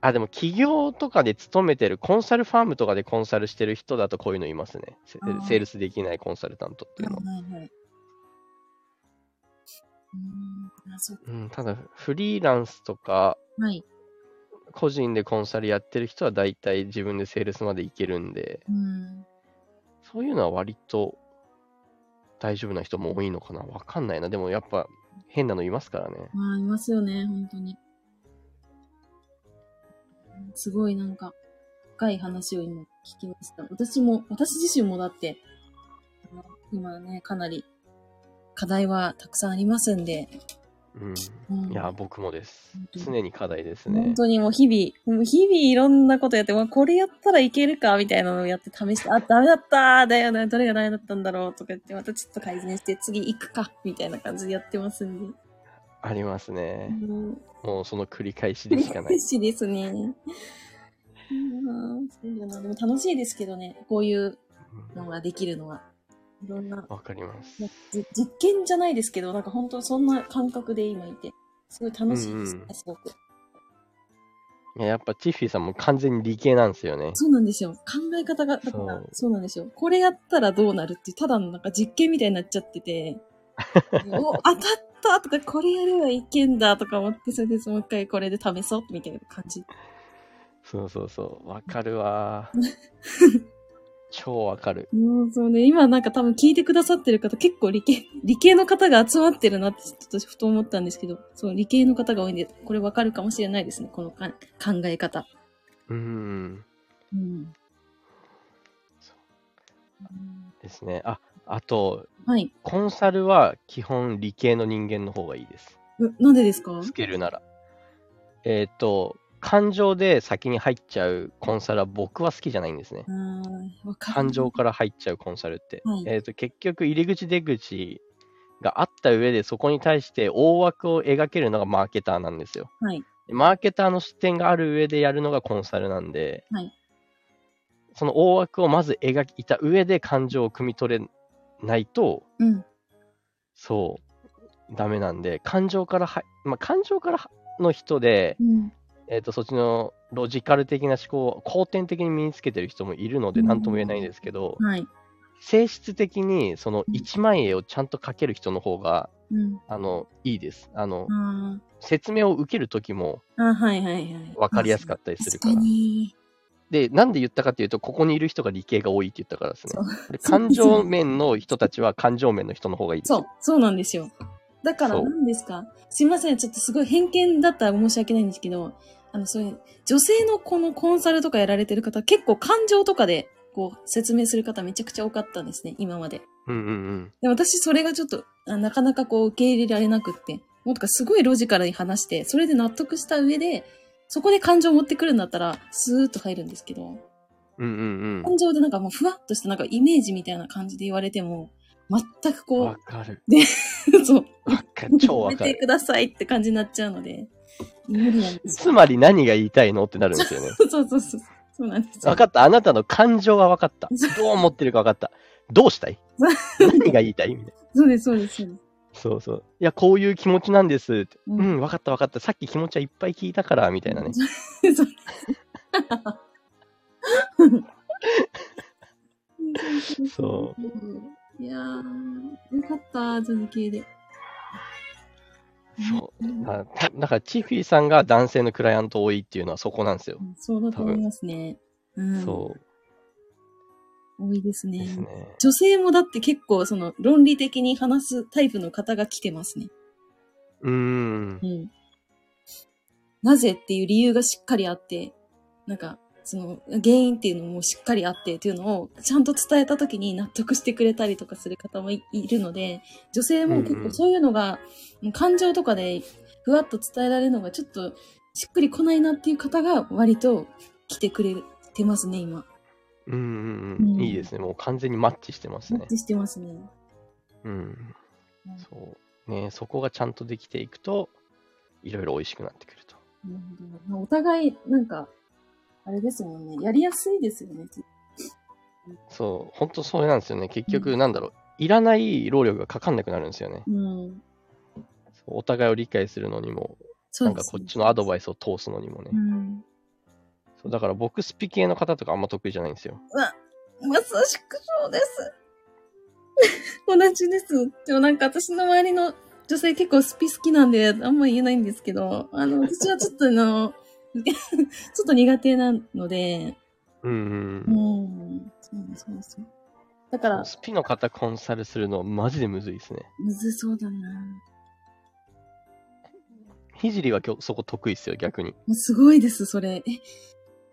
C: あ、でも企業とかで勤めてる、コンサルファームとかでコンサルしてる人だとこういうのいますね。セ
A: あー
C: セールスできないコンサルタントっていうの。
A: はいはいはい。うーん。あ、そうか。
C: うん、ただ、フリーランスとか、
A: はい。
C: 個人でコンサルやってる人は大体自分でセールスまでいけるんで、
A: うん。
C: そういうのは割と大丈夫な人も多いのかな。わかんないな。でもやっぱ変なのいますからね。
A: まあ、いますよね、本当に。すごいなんか、深い話を今聞きました。私も、私自身もだって、あの今ね、かなり課題はたくさんありますんで、
C: うん。
A: うん
C: いや、僕もです
A: 本。当
C: 常に課題ですね
A: 本。当にもう日々、もう日々いろんなことやって、わこれやったらいけるかみたいなのをやって試して、あ、ダメだっただよね、どれがダメだったんだろうとか言って、またちょっと改善して、次行くかみたいな感じでやってますんで。
C: ありますね。
A: もう
C: もうその繰り返しで
A: 嬉
C: しかない。
A: しいですね。うんそうだなでも楽しいですけどね、こういうのができるのは。いろんな、
C: わかります。
A: じ実験じゃないですけど、なんか本当そんな感覚で今いて、すごい楽しいですね、
C: うんうん
A: すごく。
C: いややっぱチッフィーさんも完全に理系なんですよね。
A: そうなんですよ。考え方が、だから
C: そう
A: そうなんですよ。これやったらどうなるっていう、ただのなんか実験みたいになっちゃって て、お、当たったとか、これやればいけんだとか思って、それでもう一回これで試そうみたいな感じ。
C: そうそうそう。わかる わ。超わかる。
A: うん、そうね。今なんか多分聞いてくださってる方、結構理系、理系の方が集まってるなって、ちょっとふと思ったんですけど、そう、理系の方が多いんで、これわかるかもしれないですね。このか考え方。
C: うん。
A: うん。
C: そう
A: うん
C: ですね。あ、あと、
A: はい。
C: コンサルは基本理系の人間の方がいいです。
A: うなんでですか
C: つけるなら。えっ、と、感情で先に入っちゃうコンサルは僕は好きじゃないんですね。
A: ああ、わかる。
C: 感情から入っちゃうコンサルって。
A: はい
C: えっと結局、入り口出口があった上で、そこに対して大枠を描けるのがマーケターなんですよ。
A: はい。
C: でマーケターの視点がある上でやるのがコンサルなんで、
A: はい
C: その大枠をまず描いた上で感情を汲み取れないと、
A: うん。
C: そう、ダメなんで、感情からは、まあ、感情からはの人で、
A: うん。
C: えっとそっちのロジカル的な思考を後天的に身につけてる人もいるので、
A: うん
C: 何とも言えないんですけど、
A: はい。
C: 性質的にその一万円をちゃんとかける人の方が、
A: うん。
C: あの、いいです。あの、
A: あ
C: 説明を受ける時も
A: あ。あはいはいはい。
C: 分かりやすかったりす
A: 確
C: るか。
A: からに。
C: で、なんで言ったかっていうと、ここにいる人が理系が多いって言ったからです
A: そう
C: ね。で感情面の人たちは感情面の人の方がいいです。
A: そう、そうなんですよ。だから
C: そう
A: 何ですかすいません、ちょっとすごい偏見だったら申し訳ないんですけど、あの、そういう、女性のこのコンサルとかやられてる方、結構感情とかで、こう、説明する方めちゃくちゃ多かったんですね、今まで。
C: うんうんうん。
A: で私、それがちょっと、あなかなかこう、受け入れられなくって、もうとか、すごいロジカルに話して、それで納得した上で、そこで感情を持ってくるんだったら、スーッと入るんですけど、
C: うんうん
A: 感情でなんかもう、ふわっとしたなんかイメージみたいな感じで言われても、全く
C: うん。
A: こ
C: わかる。
A: う、 そう、
C: わかる。超わか
A: やめてく
C: る。
A: ださいって感じになっちゃうので、無理なんです
C: つまり何が言いたいのってなるんですよね。
A: そうそうそうそう。 そうなんですよ。
C: わかった。あなたの感情はわかった
A: そ。
C: どう思ってるかわかった。どうした い何が言いたいみたいな。
A: そうです、そうです、そうです。
C: そうそう。いや、こういう気持ちなんですって。
A: う
C: うんん、わかったわかった。さっき気持ちはいっぱい聞いたから、みた いなね。
A: そう。
C: そう
A: いやー、よかった、ジョニ系で。。
C: そう
A: ん、
C: あただから、チフィーさんが男性のクライアント多いっていうのはそこなんですよ。
A: そうだと思いますね。うん。
C: そ
A: 多いです
C: う
A: ね
C: ですね。
A: 女性もだって結構、その、論理的に話すタイプの方が来てますね。
C: うーん
A: う。ん。なぜっていう理由がしっかりあって、なんか、その原因っていうのもしっかりあってっていうのをちゃんと伝えた時に納得してくれたりとかする方もいいるので、女性も結
C: うんう
A: 構
C: ん
A: そういうのが、感情とかでふわっと伝えられるのがちょっとしっくりこないなっていう方が割と来てくれてますね、今。
C: うんうん
A: う
C: うんん。いいですね。もう完全にマッチしてます
A: マ
C: ね
A: ッ。チしてますね。
C: うん。そう。ね、そこがちゃんとできていくと、いろいろ美味しくなってくると。
A: なるほどまあお互い、なんか、あれですもんね。やりやすいですよね。
C: そう。本当それなんですよね。結
A: う
C: 局、なんだろう。いらない労力がかかんなくなるんですよね。
A: うん。
C: そうお互いを理解するのにも、
A: そう
C: なん
A: ですね
C: かこっちのアドバイスを通すのにもね
A: う。ん。
C: そうだから僕スピ系の方とかあんま得意じゃないんですよ。
A: まさしくそうです。 同じです。でもなんか私の周りの女性結構スピ好きなんで、あんま言えないんですけど、あの、私はちょっとあの、 ちょっと苦手なので、
C: うん
A: う。ん、そうです、そうです。だから、
C: スピの方コンサルするのマジでむずいですね。
A: むずそうだな。
C: ひじりは今日そこ得意ですよ、逆に。
A: もうすごいです、それ。え、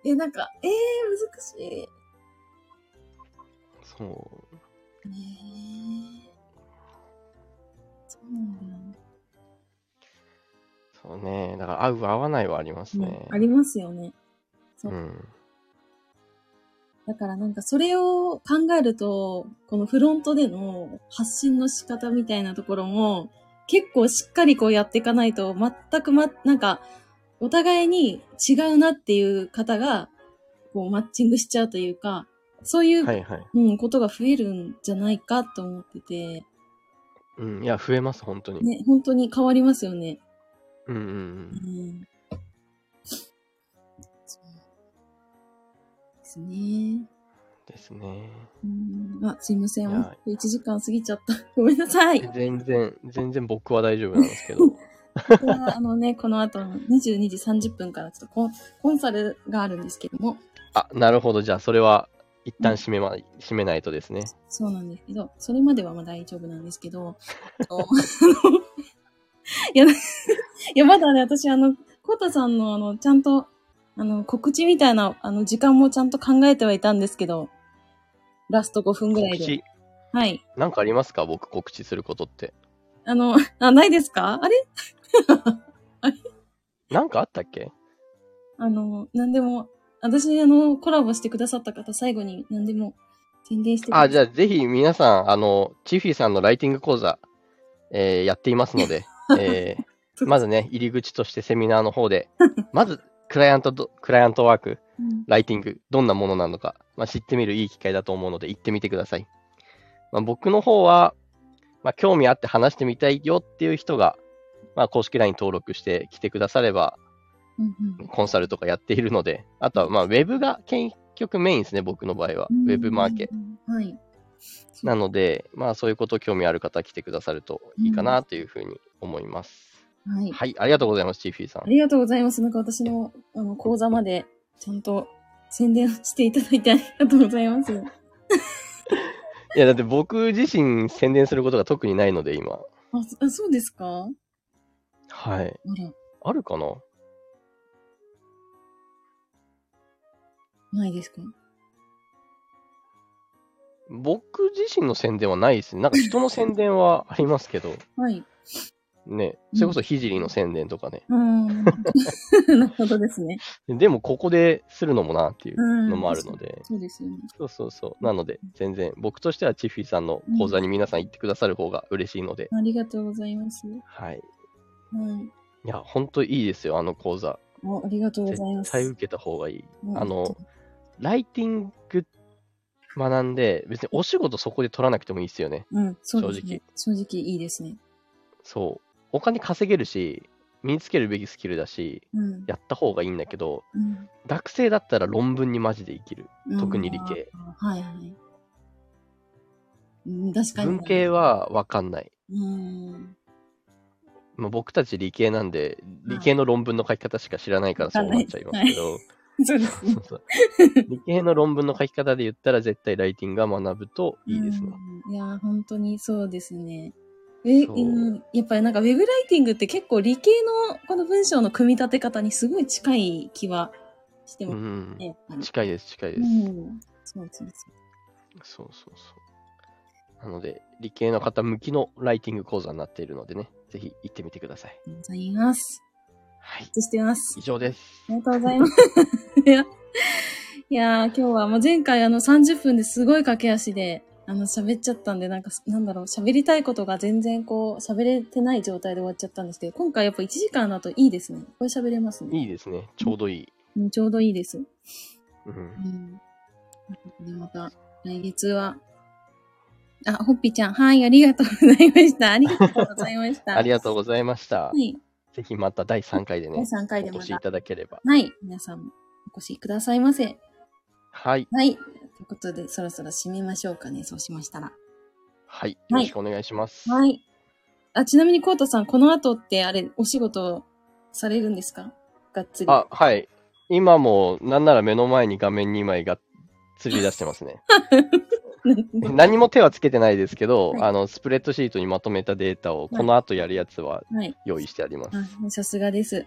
A: え、なんか、えー、難しい。
C: そう。
A: ねえそうなんだ。
C: そうね。だから合う合わないはありますね。
A: うんありますよね。そう
C: うん。
A: だからなんかそれを考えると、このフロントでの発信の仕方みたいなところも、結構しっかりこうやっていかないと、全くま、なんか、お互いに違うなっていう方が、こうマッチングしちゃうというか、そういう、
C: はいはい。
A: うん、ことが増えるんじゃないかと思ってて、
C: うん。いや、増えます、本当に。
A: ね、本当に変わりますよね。
C: うんうん
A: う
C: うん。
A: ん。そうですね。
C: ですね。
A: うんあ、すいません。
C: いや
A: もう1時間過ぎちゃった。 ごめんなさい。
C: 全然、全然僕は大丈夫なんですけ ど。
A: これはあのね、この後の22時30分からちょっとコンコンサルがあるんですけども、
C: あ、なるほど。じゃあ、それは一旦締めま、締めないとですね。
A: そうなんですけど、それまではまあ大丈夫なんですけど、 とあのいや、 いやまだね、私、あの、コウタさんの、あの、ちゃんと、あの、告知みたいな、あの、時間もちゃんと考えてはいたんですけど、ラスト5分ぐら
C: 告
A: いで。
C: 知、
A: はい。
C: なんかありますか僕告知することって。
A: あの、あ、ないですかあれ
C: なんかあったっけ
A: あの、何でも、私にあの、コラボしてくださった方、最後に何でも宣伝してくださ
C: あ、じゃ
A: ゃ
C: あぜひ皆さん、あの、チフィさんのライティング講座、えーやっていま すので、えーまずね、入り口としてセミナーの方で、まず、クライアントと、クライアントワーク、ライティング、どんなものなのか、まあ、知ってみるいい機会だと思うので、行ってみてください。まあ、僕の方は、まあ、興味あって話してみたいよっていう人が、まあ、公式 LINE 登録して来てくだされば、
A: うんうん
C: コンサルとかやっているので、あとは、まあ、ウェブが結局メインですね、僕の場合は。ウェブマーケ。
A: うんはい。
C: なので、まあそういうこと興味ある方来てくださるといいかなというふうに思います。
A: はい。
C: はい、ありがとうございます、チーフィーさん
A: あ。りがとうございます。なんか私のあの講座までちゃんと宣伝をしていただいてありがとうございます。
C: いや、だって僕自身宣伝することが特にないので、今。
A: あ、そあそうですかあ
C: はい。
A: ら、
C: あるかな
A: ないですか
C: 僕自身の宣伝はないですね。なんか人の宣伝はありますけど、
A: はい。
C: ね、それこそひじりの宣伝とかね。
A: あー なるほどですね。
C: でも、ここでするのもなっていう
A: うん。
C: のもあるので。
A: そうですよね。
C: そうそうそう。なので、全然、僕としてはチーフィーさんの講座に皆さん行ってくださる方が嬉しいので、
A: ありがとうございます。は
C: は
A: い。
C: い。いや、本当いいですよ、あの講座。
A: もうありがとうご
C: 絶
A: ざいます。
C: 対受けた方がいい。
A: うん
C: あの、ライティング学んで、別にお仕事そこで取らなくてもいいですよね。
A: うん、そうですね。正直。いいですね。
C: そう。お金稼げるし、身につけるべきスキルだし、
A: うん。
C: やった方がいいんだけど、
A: うん
C: 学生だったら論文にマジで生きる。特に理系。
A: うんはいはい。うん、確かに。
C: 文系。は分かんない。
A: うん。
C: まあ、僕たち理系なんで、理系の論文の書き方しか知らないからそうなっちゃいますけど、
A: そうですね
C: そ。うそう理系の論文の書き方で言ったら絶対ライティングは学ぶといいですね。
A: うん。いやー、本当にそうですね。え、
C: そう
A: うん、やっぱりなんかウェブライティングって結構理系のこの文章の組み立て方にすごい近い気はして
C: う
A: ます
C: ん。
A: ね。あの
C: 近いです、近いで
A: う
C: す。
A: ん。そうですね。
C: そうそうそう。なので、理系の方向きのライティング講座になっているのでね、ぜひ行ってみてください。
A: ありがとうございます。
C: はい。
A: そしてます
C: 以。上です。
A: ありがとうございます。いや、いやー今日はもう前回あの30分ですごい駆け足で、あの喋っちゃったんで、なんか、なんだろう、喋りたいことが全然こう、喋れてない状態で終わっちゃったんですけど、今回やっぱ1時間だといいですね。これ喋れますね。
C: いいですね。ちょうどいい。
A: うんちょうどいいです。
C: う。
A: うんん。でまた、来月は、あ、ほっぴちゃん、はい、ありがとうございました。ありがとうございました。
C: ありが
A: う
C: とうございました
A: は。い、
C: ぜひまた第3回で
A: 第
C: ね、
A: 3回で
C: お
A: ま
C: 越しい
A: た、
C: ただければ。
A: はい、皆さんもお越しくださいませ。
C: はい。
A: はい。ということで、そろそろ締めましょうかね。そうしましたら。
C: はい。よろしくお願いします。
A: はい。あ、ちなみに、コウタさん、この後って、あれ、お仕事されるんですかがっつり。
C: あ、はい。今も、なんなら目の前に画面2枚が釣り出して ますね。何も手はつけてないですけど、
A: はい
C: あの、スプレッドシートにまとめたデータを、この後やるやつは
A: はい。
C: 用意してあります。
A: あ、もうさすがです。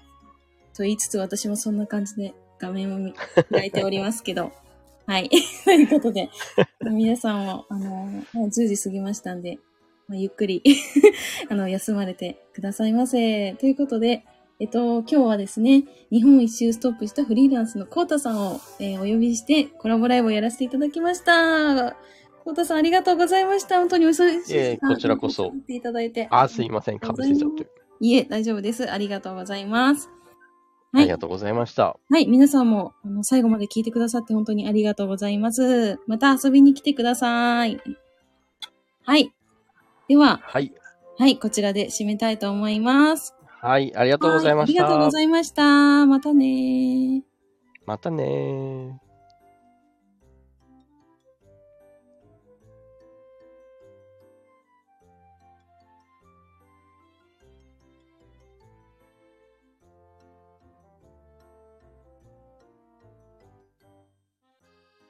A: と言いつつ、私もそんな感じで画面を 見開いておりますけど。はい。 ということで、皆さんも、あの、もう10時過ぎましたんで、まあ、ゆっくり、 あの、休まれてくださいませ。ということで、えっと、今日はですね、日本一周ストップしたフリーランスのコウタさんを、えーお呼びして、コラボライブをやらせていただきました。コウタさん、ありがとうございました。本当にお忙しい時間
C: いえこちらこそ
A: 来ていただいて。
C: あ、すいません。かぶせちゃって。
A: いえ、大丈夫です。ありがとうございます。
C: あ
A: は
C: り
A: い
C: が。とうございました。
A: はい。皆さんも、あの、最後まで聞いてくださって本当にありがとうございます。また遊びに来てください。はい。では、
C: はい。
A: はい、こちらで締めたいと思います。
C: はい。ありがとうございました。
A: はありがとうございました。またねー。
C: またねー。